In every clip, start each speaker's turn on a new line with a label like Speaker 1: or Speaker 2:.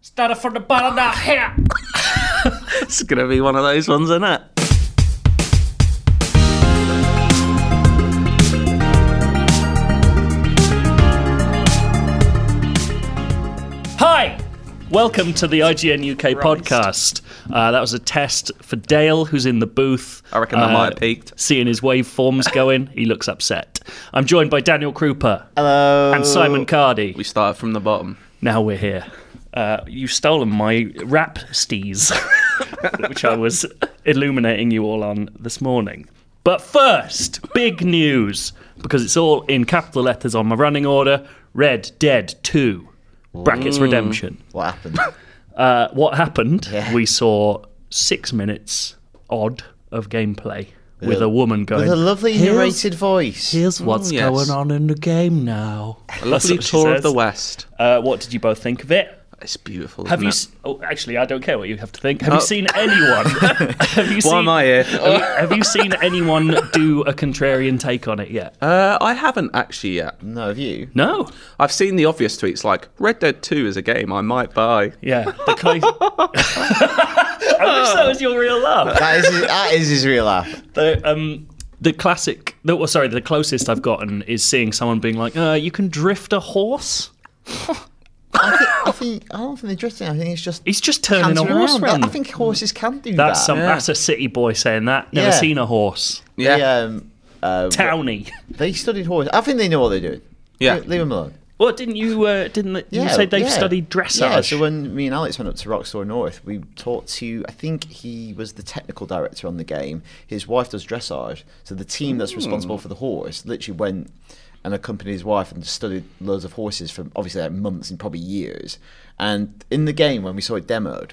Speaker 1: Started from the bottom now here.
Speaker 2: It's gonna be one of those ones, isn't it?
Speaker 1: Hi! Welcome to the IGN UK podcast. Uh, that was a test for Dale, who's in the booth. Uh,
Speaker 2: I reckon that might have peaked.
Speaker 1: Seeing his waveforms going, he looks upset. I'm joined by Daniel Krupa. Hello. And Simon Cardy.
Speaker 2: We start from the bottom.
Speaker 1: Now we're here. Uh, you've stolen my rap steez, which I was illuminating you all on this morning. But first, big news, because it's all in capital letters on my running order Red Dead 2, brackets redemption.
Speaker 3: What happened?
Speaker 1: Uh, what happened?
Speaker 3: Yeah.
Speaker 1: We saw six minutes odd of gameplay with a woman going,
Speaker 3: With a lovely
Speaker 1: "Here's-
Speaker 3: narrated voice.
Speaker 1: Here's what's
Speaker 2: Mm, yes.
Speaker 1: going on in the game now.
Speaker 2: A lovely tour of the West.
Speaker 1: Uh, what did you both think of it?
Speaker 2: It's beautiful.
Speaker 1: Have
Speaker 2: isn't
Speaker 1: you?
Speaker 2: it?
Speaker 1: s oh, actually, I don't care what you have to think. Have
Speaker 2: Oh.
Speaker 1: you seen anyone? have you
Speaker 2: Why
Speaker 1: seen?
Speaker 2: am I here?
Speaker 1: have you seen anyone do a contrarian take on it yet?
Speaker 2: Uh, I haven't actually yet.
Speaker 3: No, have you?
Speaker 1: No.
Speaker 2: I've seen the obvious tweets like Red Dead 2 is a game I might buy.
Speaker 1: Yeah. The kind- I wish that was your real laugh.
Speaker 3: That is his, that is his real laugh.
Speaker 1: The um. The classic, the, well, sorry, the closest I've gotten is seeing someone being like, uh, "You can drift a horse."
Speaker 3: I, think, I think I don't think they're drifting. I think it's just
Speaker 1: He's just turning
Speaker 3: hands
Speaker 1: a horse
Speaker 3: around.
Speaker 1: round.
Speaker 3: I think horses can do
Speaker 1: that's
Speaker 3: that.
Speaker 1: some.
Speaker 2: Yeah.
Speaker 1: That's a city boy saying that. Never
Speaker 3: Yeah.
Speaker 1: seen a horse.
Speaker 2: Yeah.
Speaker 3: They, um, uh,
Speaker 1: Townie.
Speaker 3: they studied horse. I think they know what they're doing.
Speaker 2: Yeah.
Speaker 3: Leave, leave them alone.
Speaker 1: What didn't you? Uh, didn't they,
Speaker 3: Yeah,
Speaker 1: you say they've
Speaker 3: yeah.
Speaker 1: studied dressage?
Speaker 3: Yeah, so when me and Alex went up to Rockstar North, we talked to, I think he was the technical director on the game. His wife does dressage. So the team that's responsible
Speaker 1: Hmm.
Speaker 3: for the horse literally went and accompanied his wife and studied loads of horses for obviously like months and probably years. And in the game, when we saw it demoed,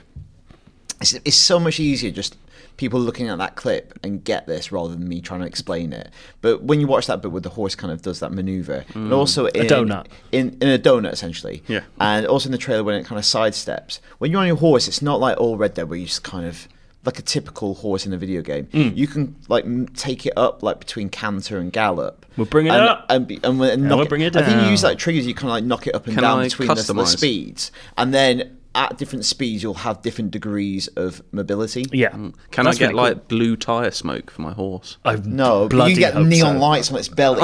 Speaker 3: it's, it's so much easier just people looking at that clip and get this rather than me trying to explain it. But when you watch that bit where the horse kind of does that maneuver, and also in
Speaker 1: Hmm. donut.
Speaker 3: in, in a donut essentially,
Speaker 2: Yeah.
Speaker 3: and also in the trailer when it kind of sidesteps. When you're on your horse, it's not like all Red Dead where you just kind of like a typical horse in a video game.
Speaker 1: Mm.
Speaker 3: You can like m- take it up like between canter and gallop.
Speaker 1: We'll bring it
Speaker 3: and,
Speaker 1: up.
Speaker 3: and, be, and, we'll knock
Speaker 1: we'll bring it
Speaker 3: I think
Speaker 1: down.
Speaker 3: you use like triggers. You kind of like knock it up and
Speaker 2: Can
Speaker 3: down
Speaker 2: I
Speaker 3: between the, the
Speaker 2: customise?
Speaker 3: speeds, and then at different speeds you'll have different degrees of mobility.
Speaker 1: Yeah.
Speaker 2: Can
Speaker 1: That's
Speaker 2: I get
Speaker 1: really cool.
Speaker 2: like blue tyre smoke for my horse?
Speaker 1: I
Speaker 3: No, but
Speaker 1: bloody
Speaker 3: you get
Speaker 1: hope
Speaker 3: neon
Speaker 1: so.
Speaker 3: lights on its belly.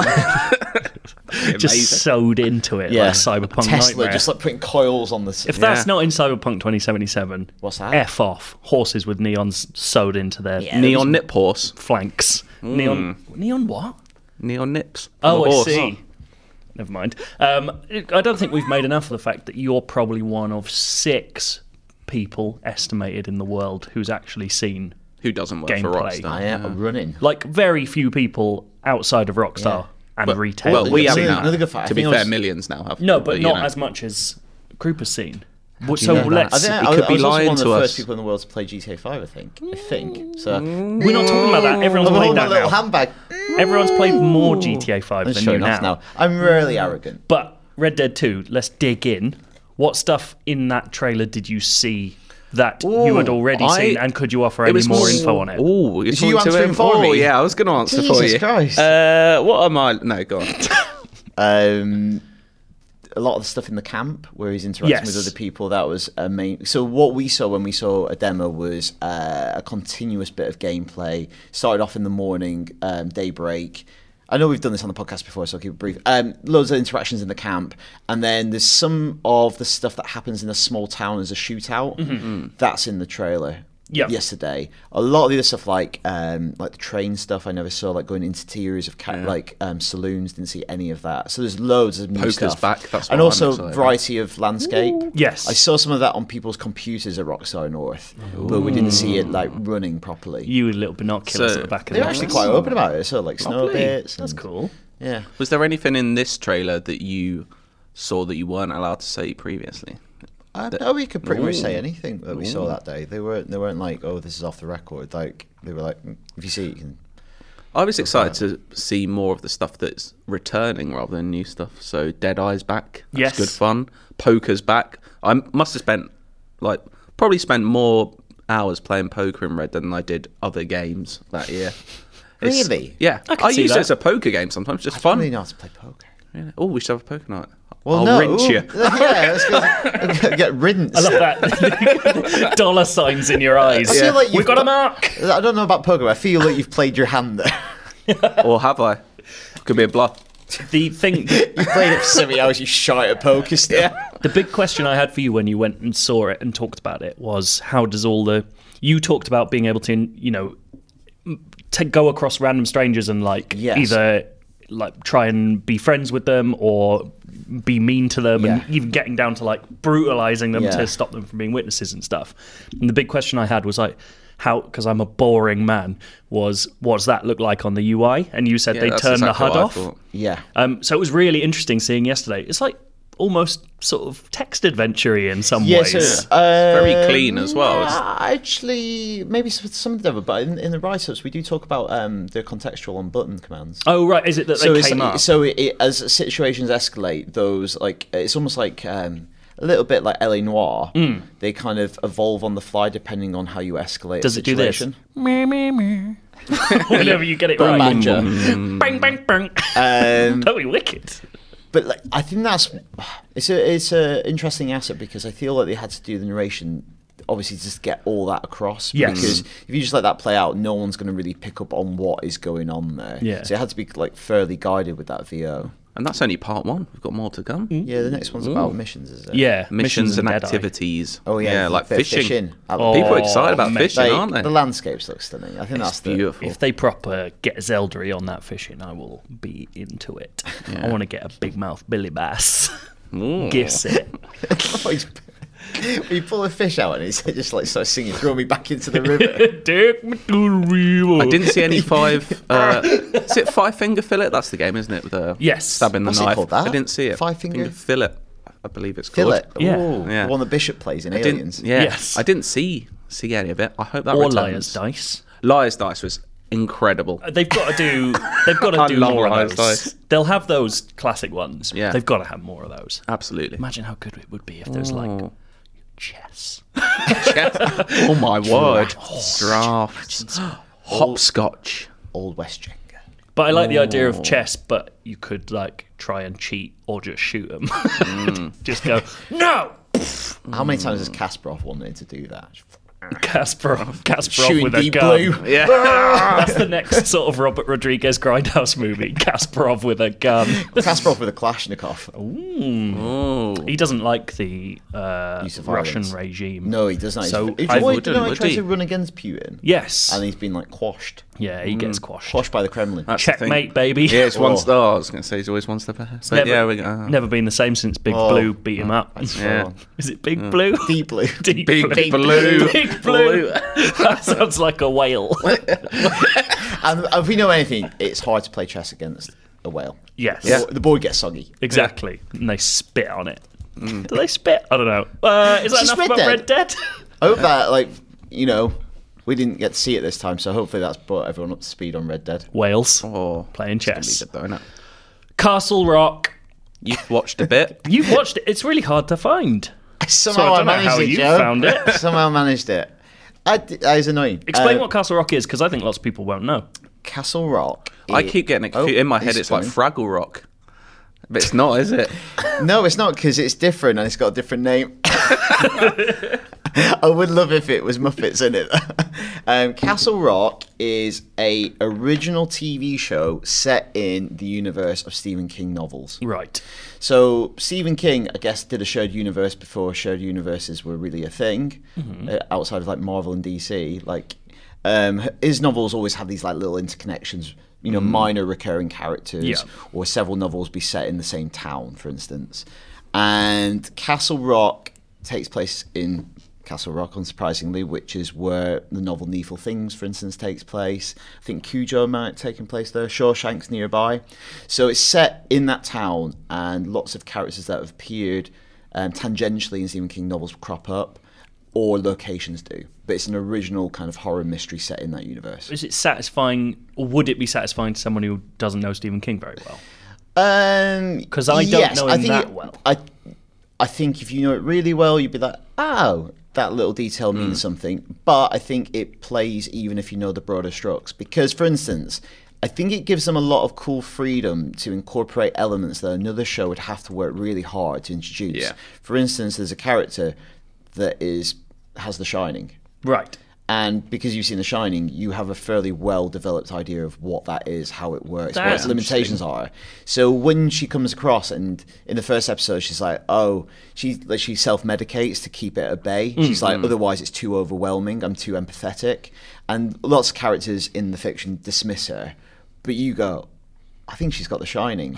Speaker 1: just sewed into it like cyberpunk
Speaker 3: Tesla
Speaker 1: nightmare.
Speaker 3: just like putting coils on the. s-
Speaker 1: if that's
Speaker 2: Yeah.
Speaker 1: not in Cyberpunk 2077,
Speaker 3: What's that?
Speaker 1: F off. Horses with neons sewed into their
Speaker 2: Neon nip horse.
Speaker 1: flanks. Neon, neon what?
Speaker 2: Neon nips.
Speaker 1: Oh,
Speaker 2: The
Speaker 1: I
Speaker 2: horse.
Speaker 1: see. Never mind. Um, I don't think we've made enough of the fact that you're probably one of six people estimated in the world who's actually seen.
Speaker 2: Who doesn't work for
Speaker 1: Gameplay.
Speaker 2: Rockstar?
Speaker 3: I
Speaker 1: Mm.
Speaker 3: am running.
Speaker 1: Like very few people outside of Rockstar
Speaker 3: Yeah.
Speaker 1: and
Speaker 2: Well,
Speaker 1: retail.
Speaker 2: well, we
Speaker 3: Yeah,
Speaker 2: haven't
Speaker 3: another-
Speaker 2: now.
Speaker 3: another good fact.
Speaker 2: To
Speaker 3: I
Speaker 2: be
Speaker 3: think I
Speaker 2: fair,
Speaker 3: was-
Speaker 2: millions now have.
Speaker 1: No, but
Speaker 2: you
Speaker 1: not
Speaker 2: know.
Speaker 1: as much as Group has seen. Well, so
Speaker 2: know
Speaker 1: let's.
Speaker 2: that?
Speaker 3: I
Speaker 2: He
Speaker 3: think I,
Speaker 2: could
Speaker 3: I
Speaker 2: be
Speaker 3: was also
Speaker 2: lying
Speaker 3: one of
Speaker 2: to
Speaker 3: the
Speaker 2: us.
Speaker 3: first people in the world to play GTA 5, I think. I think. So,
Speaker 1: We're not talking about that. Everyone's
Speaker 3: Oh,
Speaker 1: played
Speaker 3: my
Speaker 1: Mm. that
Speaker 3: little
Speaker 1: now.
Speaker 3: handbag.
Speaker 1: Everyone's played more GTA 5
Speaker 3: I'm
Speaker 1: than you
Speaker 3: showing
Speaker 1: now.
Speaker 3: off now. I'm really arrogant.
Speaker 1: But Red Dead 2, let's dig in. What stuff in that trailer did you see that you had
Speaker 2: Ooh,
Speaker 1: already
Speaker 2: I-
Speaker 1: seen, and could you offer any more info on it?
Speaker 2: Oh, you're
Speaker 3: you
Speaker 2: talking to
Speaker 3: answer
Speaker 2: him?
Speaker 3: him for
Speaker 2: oh,
Speaker 3: me?
Speaker 2: yeah, I was going to answer for
Speaker 3: Jesus
Speaker 2: you.
Speaker 3: Christ.
Speaker 2: Uh, what am I? No, go on.
Speaker 3: Um, a lot of the stuff in the camp where he's interacting
Speaker 1: Yes.
Speaker 3: with other people, that was a main. So, what we saw when we saw a demo was uh, a continuous bit of gameplay. Started off in the morning, um, daybreak. I know we've done this on the podcast before, so I'll keep it brief. Um, loads of interactions in the camp. And then there's some of the stuff that happens in a small town as a shootout.
Speaker 2: Mm-hmm. Mm.
Speaker 3: That's in the trailer.
Speaker 1: Yep.
Speaker 3: Yesterday, a lot of the other stuff like um, like the train stuff I never saw, like going into tiers of ca- like um, saloons, didn't see any of that. So there's loads of new
Speaker 2: Poker's
Speaker 3: stuff.
Speaker 2: back, that's what
Speaker 3: and
Speaker 2: I'm
Speaker 3: also
Speaker 2: excited about.
Speaker 3: variety of landscape.
Speaker 1: Yes.
Speaker 3: I saw some of that on people's computers at Rockstar North, but we didn't see it like running properly.
Speaker 1: You with little binoculars
Speaker 2: So-
Speaker 1: at the back of
Speaker 3: They're
Speaker 1: the
Speaker 3: actually
Speaker 1: office.
Speaker 3: quite open about it. So like snow
Speaker 2: Lovely.
Speaker 3: bits.
Speaker 1: That's
Speaker 3: and-
Speaker 1: cool.
Speaker 3: Yeah.
Speaker 2: Was there anything in this trailer that you saw that you weren't allowed to say previously?
Speaker 3: Uh, no, we could pretty much say
Speaker 2: Ooh.
Speaker 3: anything that we saw that day. They weren't. They weren't like, oh, this is off the record. Like they were like, "Mm, if you see, it, you can
Speaker 2: I was excited to see more of the stuff that's returning rather than new stuff. So Dead Eyes back. That's
Speaker 1: Yes.
Speaker 2: good fun. Poker's back. I must have spent like probably spent more hours playing poker in Red Dead than I did other games that year. It's-
Speaker 3: Really?
Speaker 2: yeah.
Speaker 1: I
Speaker 2: I,
Speaker 1: can see
Speaker 2: use
Speaker 1: that.
Speaker 2: it as a poker game sometimes, just fun.
Speaker 3: really know how to play poker.
Speaker 2: Really? Oh, we should have a poker night.
Speaker 3: Well,
Speaker 2: I'll
Speaker 3: no.
Speaker 2: rinse
Speaker 3: ooh,
Speaker 2: you.
Speaker 3: Yeah, it's good. get rinsed.
Speaker 1: I love that. Dollar signs in your eyes.
Speaker 3: feel like
Speaker 1: We've
Speaker 3: you've
Speaker 1: got a
Speaker 3: got-
Speaker 1: mark.
Speaker 3: I don't know about poker. but I feel like you've played your hand there.
Speaker 2: or have I? Could be a bluff.
Speaker 1: The thing,
Speaker 3: You played it for seven hours. You shy at poker still.
Speaker 1: the big question I had for you when you went and saw it and talked about it was how does all the you talked about being able to you know to go across random strangers and like
Speaker 3: Yes.
Speaker 1: either like try and be friends with them or be mean to them and
Speaker 3: Yeah.
Speaker 1: even getting down to like brutalizing them
Speaker 3: Yeah.
Speaker 1: to stop them from being witnesses and stuff. And the big question I had was like how because I'm a boring man was what's that look like on the UI? And you said
Speaker 2: Yeah,
Speaker 1: they
Speaker 2: that's
Speaker 1: turn the
Speaker 2: exactly
Speaker 1: HUD
Speaker 2: what I
Speaker 1: off.
Speaker 2: thought.
Speaker 3: Yeah.
Speaker 1: Um, so it was really interesting seeing yesterday. It's like almost sort of text adventure in some ways.
Speaker 2: very clean as well,
Speaker 3: yeah,
Speaker 2: isn't
Speaker 3: um, actually, maybe s- some of them, but in, in the write-ups we do talk about um, the contextual on button commands.
Speaker 1: Oh right, is it that
Speaker 3: so
Speaker 1: they
Speaker 3: it's,
Speaker 1: came up?
Speaker 3: so it, it, as situations escalate, those like it's almost like um, a little bit like La Noir.
Speaker 1: Hmm.
Speaker 3: They kind of evolve on the fly depending on how you escalate.
Speaker 1: Does
Speaker 3: a
Speaker 1: it do this?
Speaker 3: situation.
Speaker 1: Whenever you get it
Speaker 3: Boom,
Speaker 1: right,
Speaker 3: banjo.
Speaker 1: bang bang bang.
Speaker 3: Um,
Speaker 1: That'd be wicked.
Speaker 3: but like, I think that's it's a it's a interesting asset because I feel like they had to do the narration obviously just get all that across
Speaker 1: Yes.
Speaker 3: because if you just let that play out no one's going to really pick up on what is going on there
Speaker 1: Yeah.
Speaker 3: so it had to be like fairly guided with that vo
Speaker 2: And that's only part one. We've got more to come.
Speaker 3: yeah the next one's about missions is it
Speaker 1: Yeah,
Speaker 2: Missions, and
Speaker 1: Deadeye.
Speaker 2: activities.
Speaker 3: oh yeah,
Speaker 2: like
Speaker 3: bit of
Speaker 2: fishing.
Speaker 3: Oh,
Speaker 2: People are excited about
Speaker 1: mate.
Speaker 2: fishing, aren't they?
Speaker 3: the landscapes look stunning i think that's
Speaker 2: It's beautiful.
Speaker 1: If they proper get Zeldery on that fishing, I will be into it. I want to get a big mouth Billy Bass.
Speaker 2: Ooh.
Speaker 1: Gifts it.
Speaker 3: the you pull a fish out and it's just like starts singing throw me back into the river
Speaker 1: Take me to the river.
Speaker 2: I didn't see any five. Uh, is it five finger fillet? That's the game, isn't it? With a
Speaker 1: Yes.
Speaker 2: stabbing the
Speaker 3: What's it
Speaker 2: knife.
Speaker 3: called, that?
Speaker 2: I didn't see it.
Speaker 3: Five finger-
Speaker 2: fillet. I believe it's
Speaker 3: Kill
Speaker 2: called.
Speaker 3: it.
Speaker 1: Yeah.
Speaker 3: Ooh,
Speaker 2: Yeah.
Speaker 3: The one the bishop plays in
Speaker 2: I didn't,
Speaker 3: Aliens.
Speaker 2: yeah.
Speaker 1: Yes.
Speaker 2: I didn't see see any of it. I hope that
Speaker 1: Or
Speaker 2: returns.
Speaker 1: liar's dice. Uh,
Speaker 2: Liar's dice was incredible.
Speaker 1: They've got to do. They've got
Speaker 2: I
Speaker 1: to do
Speaker 2: love
Speaker 1: more of
Speaker 2: Liar's
Speaker 1: those.
Speaker 2: Dice.
Speaker 1: They'll have those classic ones.
Speaker 2: Yeah.
Speaker 1: They've got to have more of those.
Speaker 2: Absolutely.
Speaker 1: Imagine how good it would be if there's like
Speaker 3: Mm.
Speaker 2: Oh.
Speaker 1: chess.
Speaker 2: oh my word. Drafts. Hopscotch.
Speaker 3: Old West Jenga.
Speaker 1: But I like the idea
Speaker 3: Mm.
Speaker 1: of chess, but you could like try and cheat or just shoot them.
Speaker 3: Mm.
Speaker 1: just go no.
Speaker 3: How many times
Speaker 1: Hmm.
Speaker 3: has Kasparov wanted to do that?
Speaker 1: Kasparov, Kasparov
Speaker 3: Shooting
Speaker 1: with a
Speaker 3: deep
Speaker 1: gun.
Speaker 3: blue.
Speaker 2: Yeah.
Speaker 1: That's the next sort of Robert Rodriguez Grindhouse movie. Kasparov with a gun.
Speaker 3: Kasparov with a Kalashnikov.
Speaker 1: He doesn't like the uh,
Speaker 3: Use of
Speaker 1: Russian
Speaker 3: violence.
Speaker 1: regime.
Speaker 3: No, he does not.
Speaker 1: So,
Speaker 3: So, if
Speaker 1: I
Speaker 3: you want to
Speaker 2: wouldn't,
Speaker 3: know, he
Speaker 2: would
Speaker 3: tries
Speaker 2: he?
Speaker 3: to run against Putin.
Speaker 1: Yes.
Speaker 3: And he's been like quashed.
Speaker 1: yeah, he gets quashed.
Speaker 3: Quashed by the Kremlin.
Speaker 2: That's the thing.
Speaker 1: Checkmate, baby.
Speaker 2: Yeah, it's
Speaker 3: Oh.
Speaker 2: one star. I was going to say he's always one step ahead. But
Speaker 1: Never,
Speaker 2: yeah, we uh,
Speaker 1: never been the same since Big
Speaker 3: Oh.
Speaker 1: Blue beat him up.
Speaker 3: That's
Speaker 2: Yeah.
Speaker 3: wrong.
Speaker 1: Is it Big Blue?
Speaker 3: Deep blue.
Speaker 1: Deep
Speaker 2: Big
Speaker 1: Blue.
Speaker 2: Blue.
Speaker 1: Big Blue. that sounds like a whale.
Speaker 3: and if we know anything, it's hard to play chess against a whale.
Speaker 1: yes.
Speaker 3: The bo- The board gets soggy.
Speaker 1: Exactly. And they spit on it. Do they spit? I don't know. Uh, is that
Speaker 3: Just
Speaker 1: enough
Speaker 3: Red
Speaker 1: about
Speaker 3: Dead.
Speaker 1: Red Dead?
Speaker 3: I hope that, like, you know, we didn't get to see it this time, so hopefully that's brought everyone up to speed on Red Dead.
Speaker 1: Whales.
Speaker 2: oh,
Speaker 1: Playing
Speaker 2: it's gonna be
Speaker 1: chess.
Speaker 2: good though, innit?
Speaker 1: Castle Rock.
Speaker 2: You've watched a bit.
Speaker 1: You've watched it. It's really hard to find.
Speaker 3: Somehow
Speaker 1: I
Speaker 3: I,
Speaker 1: don't know
Speaker 3: managed
Speaker 1: how
Speaker 3: it,
Speaker 1: you
Speaker 3: Joe.
Speaker 1: found it.
Speaker 3: Somehow I managed it. I, d- I was annoying.
Speaker 1: Explain
Speaker 3: Uh,
Speaker 1: what Castle Rock is, because I think lots of people won't know.
Speaker 3: Castle Rock.
Speaker 2: I
Speaker 3: it-
Speaker 2: keep getting it confused.
Speaker 3: Oh,
Speaker 2: In my
Speaker 3: he's
Speaker 2: head, it's like
Speaker 3: coming.
Speaker 2: Fraggle Rock. But it's not, is it?
Speaker 3: No, it's not because it's different and it's got a different name. I would love if it was Muppets in it. um, Castle Rock is a original TV show set in the universe of Stephen King novels.
Speaker 1: Right.
Speaker 3: So Stephen King, I guess, did a shared universe before shared universes were really a thing uh, outside of like Marvel and DC. Like um, his novels always have these like little interconnections. You know, minor recurring characters,
Speaker 1: Yeah.
Speaker 3: or several novels be set in the same town, for instance. And Castle Rock takes place in Castle Rock, unsurprisingly, which is where the novel Needful Things, for instance, takes place. I think Cujo might have taken place there. Shawshank's nearby. So it's set in that town, and lots of characters that have appeared um, tangentially in Stephen King novels crop up, or locations do. But it's an original kind of horror mystery set in that universe.
Speaker 1: Is it satisfying, or would it be satisfying to someone who doesn't know Stephen King very well?
Speaker 3: Um,
Speaker 1: 'Cause I don't know him
Speaker 3: think
Speaker 1: that
Speaker 3: it-
Speaker 1: well.
Speaker 3: I, I think if you know it really well, you'd be like, oh, that little detail
Speaker 1: Mm.
Speaker 3: means something. But I think it plays even if you know the broader strokes. Because, for instance, I think it gives them a lot of cool freedom to incorporate elements that another show would have to work really hard to introduce.
Speaker 2: Yeah.
Speaker 3: For instance, there's a character that is has The Shining,
Speaker 1: Right.
Speaker 3: and because you've seen The Shining, you have a fairly well developed idea of what that is, how it works, what
Speaker 1: That's
Speaker 3: its limitations are. So when she comes across, and in the first episode, she's like, "Oh, she like, she self medicates to keep it at bay." She's like, "Otherwise, it's too overwhelming. I'm too empathetic." And lots of characters in the fiction dismiss her, but you go. I think she's got The Shining,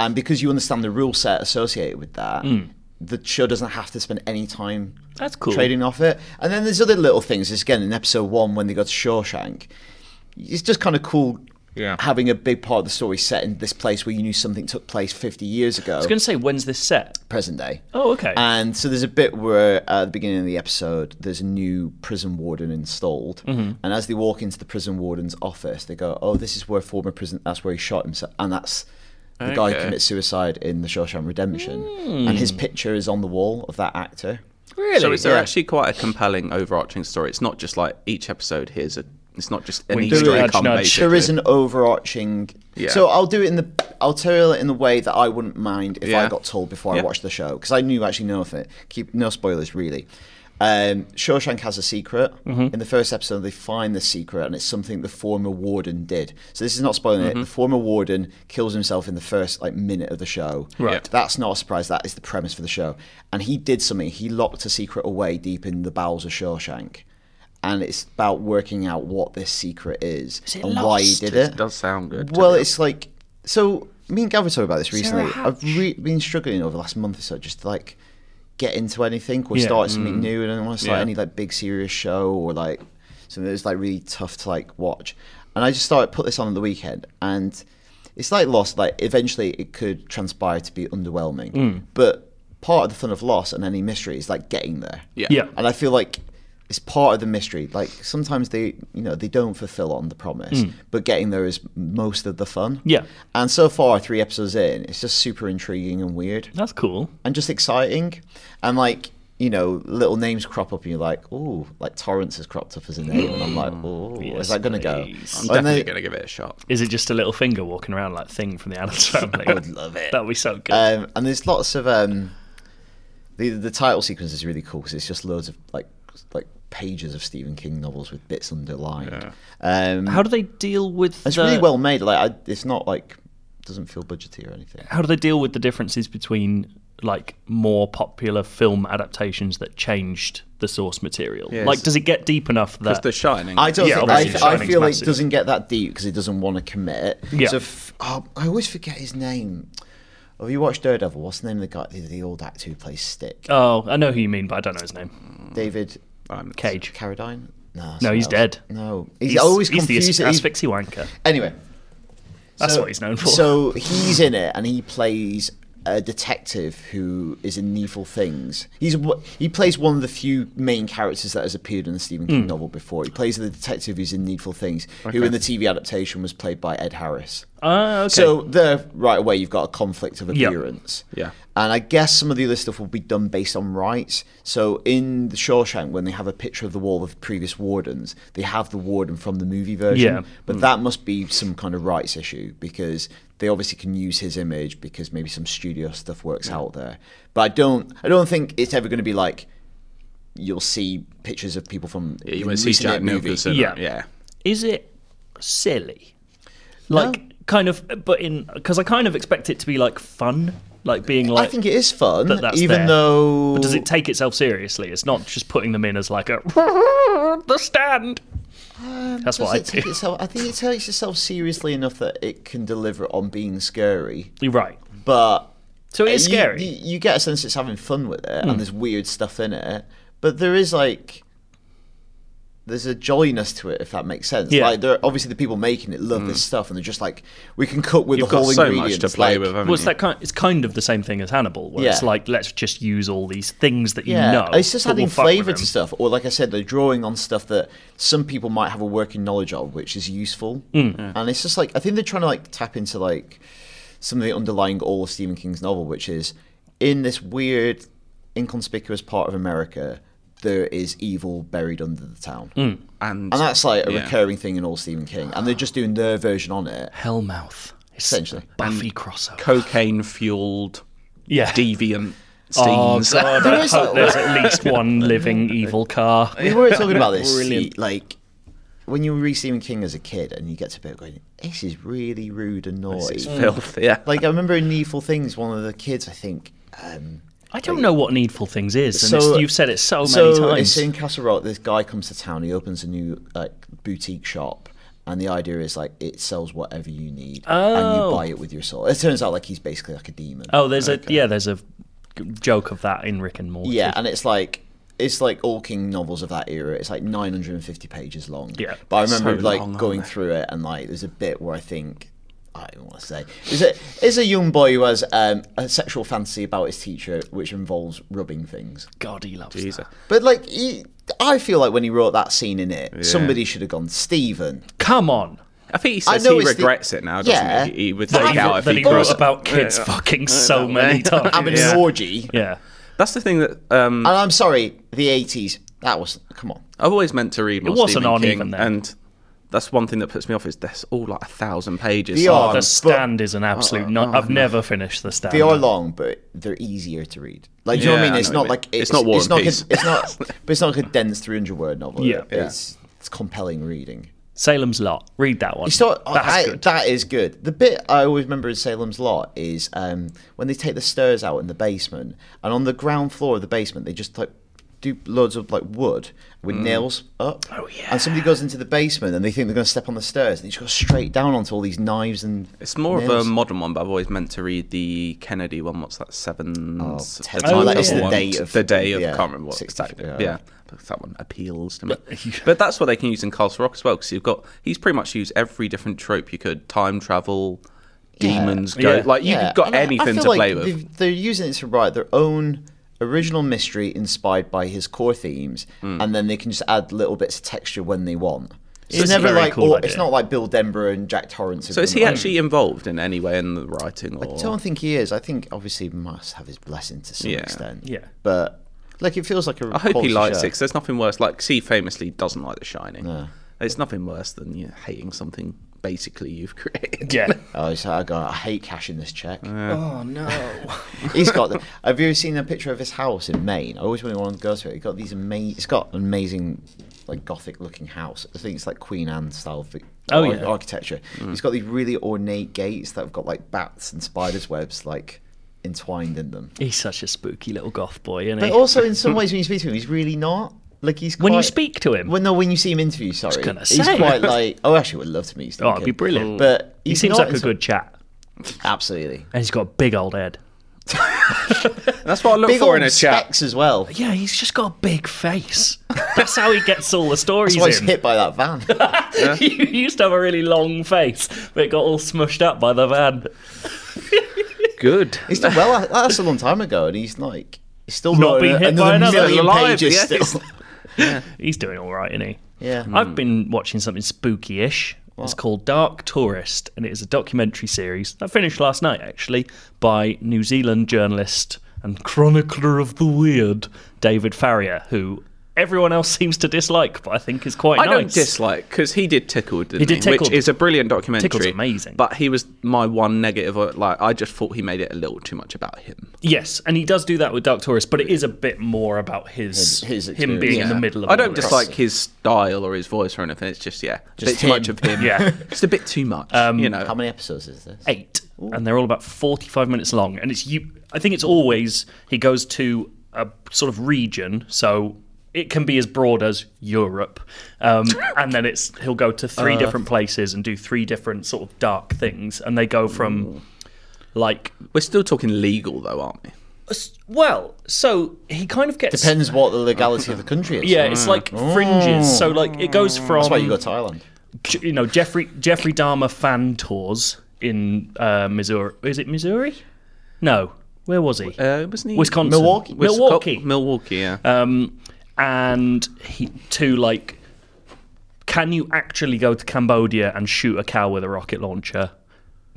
Speaker 3: and because you understand the rule set associated with that, the show doesn't have to spend any time
Speaker 1: That's cool.
Speaker 3: trading off it. And then there's other little things. It's again in episode one when they go to Shawshank. It's just kind of cool
Speaker 2: Yeah.
Speaker 3: having a big part of the story set in this place where you knew something took place 50 years ago,
Speaker 1: I was going to say, when's this set?
Speaker 3: present day.
Speaker 1: Oh, okay.
Speaker 3: And so there's a bit where uh, at the beginning of the episode, there's a new prison warden installed,
Speaker 2: Mm-hmm.
Speaker 3: and as they walk into the prison warden's office, they go, "Oh, this is where former prison. That's where he shot himself, and that's." The guy who
Speaker 2: Okay. Hmm.
Speaker 3: commits suicide in The Shawshank Redemption, and his picture is on the wall of that actor.
Speaker 1: really?
Speaker 2: So is there
Speaker 3: Yeah.
Speaker 2: actually quite a compelling overarching story? It's not just like each episode here's a. It's not just an
Speaker 1: Wink,
Speaker 2: Easter egg
Speaker 1: nudge,
Speaker 2: come
Speaker 1: nudge.
Speaker 2: basically.
Speaker 3: there is an overarching.
Speaker 2: Yeah.
Speaker 3: So I'll do it in the. I'll tell it in the way that I wouldn't mind if I
Speaker 2: Yeah.
Speaker 3: got told before I
Speaker 2: Yeah.
Speaker 3: watched the show because I knew actually none of it. Keep no spoilers really. Um, Shawshank has a secret.
Speaker 2: Mm-hmm.
Speaker 3: In the first episode, they find the secret, and it's something the former warden did. So this is not spoiling
Speaker 2: Mm-hmm.
Speaker 3: it. The former warden kills himself in the first like minute of the show.
Speaker 1: Right.
Speaker 2: Yeah.
Speaker 3: That's not a surprise. That is the premise for the show. And he did something. He locked a secret away deep in the bowels of Shawshank. And it's about working out what this secret is,
Speaker 1: it
Speaker 3: and why he
Speaker 1: lost?
Speaker 3: did
Speaker 2: It
Speaker 3: it.
Speaker 2: does sound good. to
Speaker 3: well,
Speaker 2: me.
Speaker 3: it's like so. Me and Gav were talking about this recently.
Speaker 1: Hatch.
Speaker 3: I've re- been struggling over the last month or so, just to, like get into anything or
Speaker 1: Yeah.
Speaker 3: start something new, and I don't want to start
Speaker 2: mm. Yeah.
Speaker 3: any like big serious show or like something that's like really tough to like watch. And I just started put this on at the weekend, and it's like Lost. Like eventually, it could transpire to be underwhelming,
Speaker 2: Mm.
Speaker 3: but part of the fun of Lost and any mystery is like getting there.
Speaker 2: yeah.
Speaker 1: Yeah.
Speaker 3: And I feel like it's part of the mystery. Like sometimes they, you know, they don't fulfill on the promise, but getting there is most of the fun.
Speaker 1: Mm. Yeah.
Speaker 3: And so far, three episodes in, it's just super intriguing and weird
Speaker 1: That's cool.
Speaker 3: and just exciting. And like, you know, little names crop up and you're like, oh, like Torrance has cropped up as a name. And I'm like, oh,
Speaker 1: Mm. Yes,
Speaker 3: is that going to go?
Speaker 1: please.
Speaker 2: I'm
Speaker 3: And
Speaker 2: definitely
Speaker 3: they-
Speaker 2: going to give it a shot.
Speaker 1: Is it just a little finger walking around like Thing from the Adams Family? I would
Speaker 3: love it.
Speaker 1: That would be so good.
Speaker 3: Um, and there's lots of um, the the title sequence is really cool because it's just loads of like like pages of Stephen King novels with bits underlined. Um,
Speaker 1: how do they deal with
Speaker 3: it's
Speaker 1: the,
Speaker 3: really well made. Like I, it's not like doesn't feel budgety or anything.
Speaker 1: How do they deal with the differences between like more popular film adaptations that changed the source material?
Speaker 2: Yeah,
Speaker 1: like,
Speaker 2: so-
Speaker 1: does it get deep hinugh that
Speaker 2: It's The Shining.
Speaker 3: I don't.
Speaker 1: Yeah,
Speaker 3: think,
Speaker 1: obviously,
Speaker 3: I, I
Speaker 1: Shining's
Speaker 3: feel like it
Speaker 1: massive.
Speaker 3: doesn't get that deep because it doesn't want to commit.
Speaker 1: Yeah.
Speaker 3: So f- oh, I always forget his name. Have you watched Daredevil? What's the name of the guy, the, the old actor who plays Stick?
Speaker 1: Oh, I know who you mean, but I don't know his name.
Speaker 3: David
Speaker 2: I'm-
Speaker 1: Cage.
Speaker 3: Carradine. No,
Speaker 1: No, he's
Speaker 3: someone else.
Speaker 1: dead.
Speaker 3: No, he's, always
Speaker 1: he's the
Speaker 3: confused.
Speaker 1: as-
Speaker 3: He's-
Speaker 1: asphyxie wanker.
Speaker 3: Anyway,
Speaker 1: That's what he's known for.
Speaker 3: So he's in it, and he plays a detective who is in evil things. He's wh- he plays one of the few main characters that has appeared in the Stephen King
Speaker 1: Hmm.
Speaker 3: novel before. He plays the detective who's in Needful Things, who in the TV adaptation was played by Ed Harris.
Speaker 1: Ah, okay.
Speaker 3: So there, right away, you've got a conflict of
Speaker 1: Yeah.
Speaker 3: appearance.
Speaker 2: Yeah.
Speaker 3: And I guess some of the other stuff will be done based on rights. So in the Shawshank, when they have a picture of the wall of the previous wardens, they have the warden from the movie version.
Speaker 1: Yeah. Hmm.
Speaker 3: But that must be some kind of rights issue because they obviously can use his image because maybe some studio stuff works out there. But I don't, I don't think it's ever going to be like you'll see pictures of people from
Speaker 2: Yeah, you
Speaker 3: the
Speaker 2: want to see
Speaker 3: recent
Speaker 2: Jack
Speaker 3: hit movie.
Speaker 2: Nicholson.
Speaker 1: Yeah.
Speaker 2: Yeah. yeah.
Speaker 1: is it silly? Like, kind of, but in because I kind of expect it to be like fun, like being
Speaker 3: I
Speaker 1: like.
Speaker 3: think it is fun,
Speaker 1: that that's
Speaker 3: even
Speaker 1: there.
Speaker 3: though.
Speaker 1: But does it take itself seriously? It's not just putting them in as like a the stand. That's what
Speaker 3: Um, Does
Speaker 1: I
Speaker 3: it take
Speaker 1: do.
Speaker 3: itself? I think it takes itself seriously enough that it can deliver on being scary,
Speaker 1: You're right.
Speaker 3: but
Speaker 1: So it is
Speaker 3: you-
Speaker 1: scary. Hmm.
Speaker 3: You, you get a sense it's having fun with it, and there's weird stuff in it, but there is like there's a jolliness to it, if that makes sense.
Speaker 1: Yeah. Hmm.
Speaker 3: Like, there obviously the people making it love this stuff, and they're just like, we can cook with
Speaker 2: You've
Speaker 3: the
Speaker 2: got
Speaker 3: whole
Speaker 2: so much
Speaker 3: ingredients.
Speaker 2: to play
Speaker 3: like-
Speaker 2: with, haven't
Speaker 1: Well, it's
Speaker 2: you?
Speaker 1: that kind. It's kind of the same thing as Hannibal, where it's
Speaker 3: Yeah.
Speaker 1: like let's just use all these things that you
Speaker 3: Yeah,
Speaker 1: know.
Speaker 3: it's just
Speaker 1: but we'll
Speaker 3: adding
Speaker 1: fuck with
Speaker 3: flavour
Speaker 1: them.
Speaker 3: to stuff, or like I said, they're drawing on stuff that some people might have a working knowledge of, which is useful.
Speaker 1: Mm.
Speaker 3: And it's just like I think they're trying to like tap into like some of the underlying all of Stephen King's novel, which is in this weird, inconspicuous part of America. there is evil buried under the town.
Speaker 1: Mm.
Speaker 2: And,
Speaker 3: And that's like a
Speaker 2: yeah.
Speaker 3: recurring thing in all Stephen King. And they're just doing their version on it.
Speaker 1: Hellmouth. It's
Speaker 3: Essentially.
Speaker 1: Buffy crossover.
Speaker 2: cocaine fueled
Speaker 1: yeah.
Speaker 2: deviant
Speaker 1: Oh
Speaker 2: scenes.
Speaker 1: god!
Speaker 3: There
Speaker 1: I
Speaker 3: is
Speaker 1: hope
Speaker 3: a-
Speaker 1: there's at least one living evil car.
Speaker 3: We were talking about this.
Speaker 1: Brilliant.
Speaker 3: see, like, when you read Stephen King as a kid and you get to a bit going, this is really rude and naughty.
Speaker 2: It's filth, yeah.
Speaker 3: Like, I remember in Needful Things, one of the kids, I think. Um,
Speaker 1: I don't know what Needful Things is, and
Speaker 3: So-
Speaker 1: it's, you've said it so,
Speaker 3: so
Speaker 1: Oh, many times.
Speaker 3: it's in Castle Rock. This guy comes to town. He opens a new like boutique shop, and the idea is like it sells whatever you need, and
Speaker 1: Oh.
Speaker 3: you buy it with your soul. It turns out like he's basically like a demon.
Speaker 1: oh, there's a yeah, there's a g- joke of that in Rick and Morty.
Speaker 3: Yeah, and it's like it's like all King novels of that era. It's like 950 pages long.
Speaker 1: Yeah.
Speaker 3: but I remember
Speaker 2: So
Speaker 3: like
Speaker 2: long, aren't
Speaker 3: going
Speaker 2: they?
Speaker 3: through it and like there's a bit where I think I don't want to say is it is a young boy who has um, a sexual fantasy about his teacher, which involves rubbing things.
Speaker 1: God, he loves
Speaker 2: Jesus.
Speaker 1: that.
Speaker 3: But like he, I feel like when he wrote that scene in it, somebody should have gone Stephen.
Speaker 1: Come on,
Speaker 2: I think he
Speaker 3: I
Speaker 2: says
Speaker 3: know
Speaker 2: he
Speaker 3: it's the-
Speaker 2: regrets it now, doesn't
Speaker 3: Yeah.
Speaker 2: he? He would
Speaker 3: That
Speaker 2: take
Speaker 3: he-
Speaker 2: out if
Speaker 1: that
Speaker 2: he,
Speaker 1: he wrote
Speaker 3: also-
Speaker 1: about kids fucking so many times.
Speaker 3: I'm in
Speaker 2: Yeah.
Speaker 3: an orgy,
Speaker 1: yeah.
Speaker 2: That's the thing that um,
Speaker 3: and I'm sorry, the 80s. That was come on.
Speaker 2: I've always meant to read. More
Speaker 1: wasn't
Speaker 2: Stephen
Speaker 1: on
Speaker 2: King,
Speaker 1: even then.
Speaker 2: and that's one thing that puts me off is that's all like a thousand pages.
Speaker 3: They
Speaker 2: So
Speaker 3: are.
Speaker 1: The
Speaker 3: but-
Speaker 1: stand is an absolute. no-
Speaker 2: Oh,
Speaker 1: I've never finished the stand.
Speaker 3: They are long, but they're easier to read. Like, do you know
Speaker 2: Yeah,
Speaker 3: what I mean?
Speaker 2: I
Speaker 3: It's
Speaker 2: know what
Speaker 3: not
Speaker 2: you
Speaker 3: like
Speaker 2: mean. It's not War
Speaker 3: it's
Speaker 2: and
Speaker 3: not
Speaker 2: Peace.
Speaker 3: It's not, but it's not like a dense three hundred word novel.
Speaker 1: Yeah. Yeah.
Speaker 3: It's, it's compelling reading.
Speaker 1: Salem's Lot. Read that one.
Speaker 3: It's not,
Speaker 1: That's
Speaker 3: I,
Speaker 1: good.
Speaker 3: that is good. The bit I always remember in Salem's Lot is um, when they take the stairs out in the basement, and on the ground floor of the basement, they just like do loads of like wood with nails up. Oh
Speaker 1: yeah.
Speaker 3: And somebody goes into the basement and they think they're going to step on the stairs, and they just go straight down onto all these knives and.
Speaker 2: It's more
Speaker 3: nails.
Speaker 2: of um, a modern one, but I've always meant to read the Kennedy one. What's that? Seven.
Speaker 3: Oh,
Speaker 2: s-
Speaker 3: ten-
Speaker 1: oh,
Speaker 2: title
Speaker 1: that is the
Speaker 2: one.
Speaker 3: day of-
Speaker 2: The day of.
Speaker 3: yeah,
Speaker 2: can't remember what
Speaker 3: 60,
Speaker 2: exactly. Yeah.
Speaker 3: yeah.
Speaker 2: but that one appeals to me. but that's what they can use in Castle Rock as well, because you've got. He's pretty much used every different trope you could. Time travel,
Speaker 3: Yeah.
Speaker 2: demons, go.
Speaker 1: Yeah.
Speaker 2: Like
Speaker 3: Yeah,
Speaker 2: you've got
Speaker 3: and I- I
Speaker 2: anything
Speaker 3: feel
Speaker 2: to play
Speaker 3: like
Speaker 2: with.
Speaker 3: they've- They're using it to write their own original mystery inspired by his core themes,
Speaker 2: Hmm.
Speaker 3: and then they can just add little bits of texture when they want. So
Speaker 1: It's
Speaker 3: it's
Speaker 1: a
Speaker 3: never
Speaker 1: very
Speaker 3: like,
Speaker 1: cool
Speaker 3: oh,
Speaker 1: idea.
Speaker 3: it's not like Bill Denborough and Jack Torrance.
Speaker 2: So is he actually involved in any way in the writing? Or
Speaker 3: "Oh, I don't think he is. I think obviously he must have his blessing to some
Speaker 2: Yeah.
Speaker 3: extent.
Speaker 1: Yeah.
Speaker 3: But like, it feels like a.
Speaker 2: I hope he likes it 'cause it because there's nothing worse. Like, C famously doesn't like The Shining. It's nothing worse than you know, hating something basically you've created.
Speaker 1: yeah.
Speaker 3: Oh, so I, got, I hate cashing this check.
Speaker 1: Oh no.
Speaker 3: He's got. The, have you ever seen a picture of his house in Maine? I always really wanted to go to it. It got these amazing. It's got an amazing, like gothic looking house. I think it's like Queen Anne style fi-
Speaker 1: Oh,
Speaker 3: ar-
Speaker 1: yeah. Mm.
Speaker 3: architecture. He's got these really ornate gates that have got like bats and spiders webs like entwined in them.
Speaker 1: He's such a spooky little goth boy, isn't he?
Speaker 3: But also, in some ways, when you speak to him, he's really not. Like he's
Speaker 1: when you
Speaker 3: quite-
Speaker 1: speak to him,
Speaker 3: Well, no, when you see him interview, sorry,
Speaker 1: gonna
Speaker 3: he's
Speaker 1: say.
Speaker 3: quite like. Oh, actually, would love to meet you. Stephen
Speaker 1: Oh, it'd be
Speaker 3: King.
Speaker 1: brilliant.
Speaker 3: But
Speaker 1: he
Speaker 3: he's
Speaker 1: seems
Speaker 3: not
Speaker 1: like
Speaker 3: in
Speaker 1: a
Speaker 3: some-
Speaker 1: good chap,
Speaker 3: Absolutely.
Speaker 1: and he's got a big old head.
Speaker 2: That's what I look
Speaker 3: Big
Speaker 2: for
Speaker 3: old
Speaker 2: in a chat.
Speaker 3: specs as well.
Speaker 1: Yeah, he's just got a big face. That's how he gets all the stories
Speaker 3: That's why he's
Speaker 1: in.
Speaker 3: hit by that van.
Speaker 1: you used to have a really long face, but it got all smushed up by the van.
Speaker 2: Good.
Speaker 3: He's done well. that- That's a long time ago, and he's like he's still
Speaker 1: Not
Speaker 3: got
Speaker 1: been
Speaker 3: a-
Speaker 1: hit by another
Speaker 3: million
Speaker 2: alive,
Speaker 3: pages
Speaker 2: yeah.
Speaker 3: still.
Speaker 1: He's doing all right, isn't he?
Speaker 3: Yeah.
Speaker 1: I've been watching something spooky-ish. It's called Dark Tourist, and it is a documentary series that finished last night, actually, by New Zealand journalist and chronicler of the weird, David Farrier, who everyone else seems to dislike, but I think is quite
Speaker 2: I
Speaker 1: nice.
Speaker 2: don't dislike because he did Tickled, didn't he?
Speaker 1: did Tickled.
Speaker 2: Which is a brilliant documentary.
Speaker 1: Tickled's amazing.
Speaker 2: But he was my one negative. uh, Like, I just thought he made it a little too much about him.
Speaker 1: Yes, and he does do that with Dark Tourist, but it is a bit more about his,
Speaker 3: His- his
Speaker 1: him
Speaker 3: experience.
Speaker 1: being in the
Speaker 2: Yeah.
Speaker 1: middle of
Speaker 2: I
Speaker 1: all
Speaker 2: don't
Speaker 1: this.
Speaker 2: dislike his style or his voice or anything. It's just yeah, a bit too
Speaker 3: him.
Speaker 2: much of him.
Speaker 1: Yeah. Um,
Speaker 2: just a bit too much. you know,
Speaker 3: How many episodes is this?
Speaker 1: eight, and they're all about forty-five minutes long. And it's you. I think it's always he goes to a sort of region, so it can be as broad as Europe, um, and then it's he'll go to three
Speaker 2: Uh.
Speaker 1: different places and do three different sort of dark things, and they go from like
Speaker 2: we're still talking legal though, aren't we?
Speaker 1: well, so he kind of gets
Speaker 3: Depends what the legality of the country is.
Speaker 1: yeah, it's like
Speaker 2: Mm.
Speaker 1: fringes. So like it goes from
Speaker 3: that's why you go to Ireland.
Speaker 1: J- you know Jeffrey Jeffrey Dahmer fan tours in uh, Missouri. Is it Missouri? No, where was he?
Speaker 2: Uh, wasn't he
Speaker 1: Wisconsin,
Speaker 3: Milwaukee?
Speaker 1: Milwaukee.
Speaker 2: Milwaukee. Yeah.
Speaker 1: Um, and he to like, can you actually go to Cambodia and shoot a cow with a rocket launcher?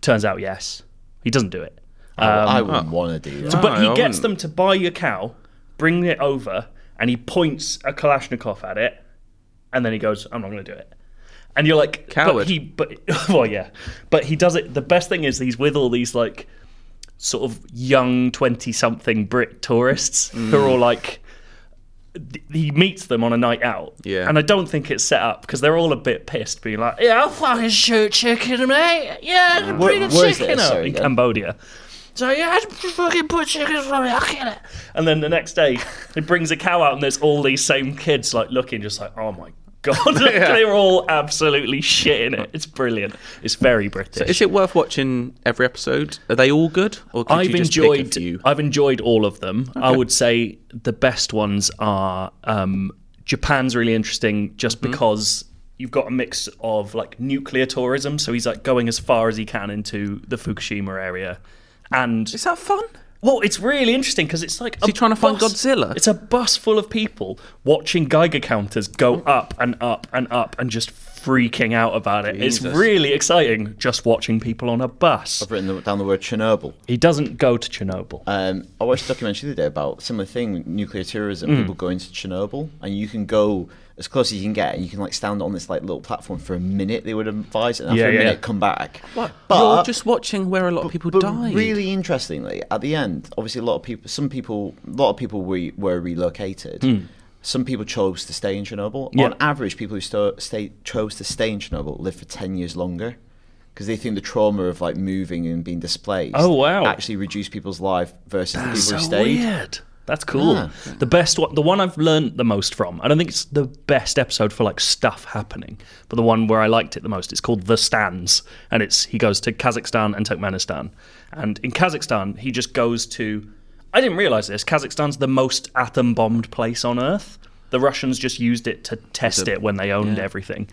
Speaker 1: Turns out yes. He doesn't do it, Um, oh.
Speaker 3: I wouldn't want to do that.
Speaker 1: but
Speaker 2: I
Speaker 1: he gets
Speaker 2: wouldn't.
Speaker 1: them to buy your cow, bring it over. and he points a Kalashnikov at it, and then he goes, "I'm not going to do it." And you're like,
Speaker 2: Coward.
Speaker 1: But he, but well, yeah, but he does it. The best thing is he's with all these like sort of young twenty-something Brit tourists who
Speaker 3: Mm.
Speaker 1: are all like. th- He meets them on a night out,
Speaker 2: Yeah.
Speaker 1: and I don't think it's set up because they're all a bit pissed, being like, "Yeah, I'll fucking shoot chicken, mate. Yeah,
Speaker 3: Where-
Speaker 1: bring a
Speaker 3: where is
Speaker 1: chicken
Speaker 3: this?
Speaker 1: up
Speaker 3: Sorry,
Speaker 1: in
Speaker 3: yeah.
Speaker 1: Cambodia." So yeah, I just fucking put chicken from me. I'll kill it. And then the next day, he brings a cow out, and there's all these same kids like looking, just like, "Oh my god, they're all absolutely shitting it." It's brilliant. It's very British.
Speaker 2: Is it worth watching every episode? Are they all good, or could
Speaker 1: I've
Speaker 2: you just
Speaker 1: enjoyed.
Speaker 2: pick a few?
Speaker 1: I've enjoyed all of them. I would say the best ones are um, Japan's really interesting, just because you've got a mix of like nuclear tourism. So he's like going as far as he can into the Fukushima area, and
Speaker 2: Is that fun?
Speaker 1: well, it's really interesting because it's like is
Speaker 2: he trying to find Godzilla?
Speaker 1: It's a bus full of people watching Geiger counters go up and up and up and just freaking out about it. It's
Speaker 2: Jesus.
Speaker 1: really exciting just watching people on a bus.
Speaker 3: I've written the, down the word Chernobyl.
Speaker 1: He doesn't go to Chernobyl.
Speaker 3: Um, I watched a documentary the other day about similar thing, nuclear terrorism.
Speaker 1: Hmm.
Speaker 3: People going to Chernobyl, and you can go as close as you can get, and you can like stand on this like little platform for a minute. They would advise, and after
Speaker 1: Yeah,
Speaker 3: a
Speaker 1: yeah.
Speaker 3: minute, come back. What?
Speaker 2: You're just watching where a lot of people
Speaker 3: But
Speaker 2: die.
Speaker 3: really interestingly, at the end, obviously a lot of people, some people, a lot of people re, were relocated. Some people chose to stay in Chernobyl.
Speaker 1: Hmm. Yeah.
Speaker 3: On average, people who sto- stay, chose to stay in Chernobyl live for ten years longer because they think the trauma of like moving and being displaced.
Speaker 1: Oh, wow.
Speaker 3: Actually, reduced people's life versus the people
Speaker 1: so
Speaker 3: who stayed.
Speaker 1: weird. That's cool.
Speaker 3: Yeah.
Speaker 1: The best one, the one I've learned the most from, and I think it's the best episode for like stuff happening, but the one where I liked it the most, it's called The Stands, and it's he goes to Kazakhstan and Turkmenistan, and in Kazakhstan he just goes to. I didn't realize this. Kazakhstan's the most atom bombed place on Earth. The Russians just used it to test it when they owned everything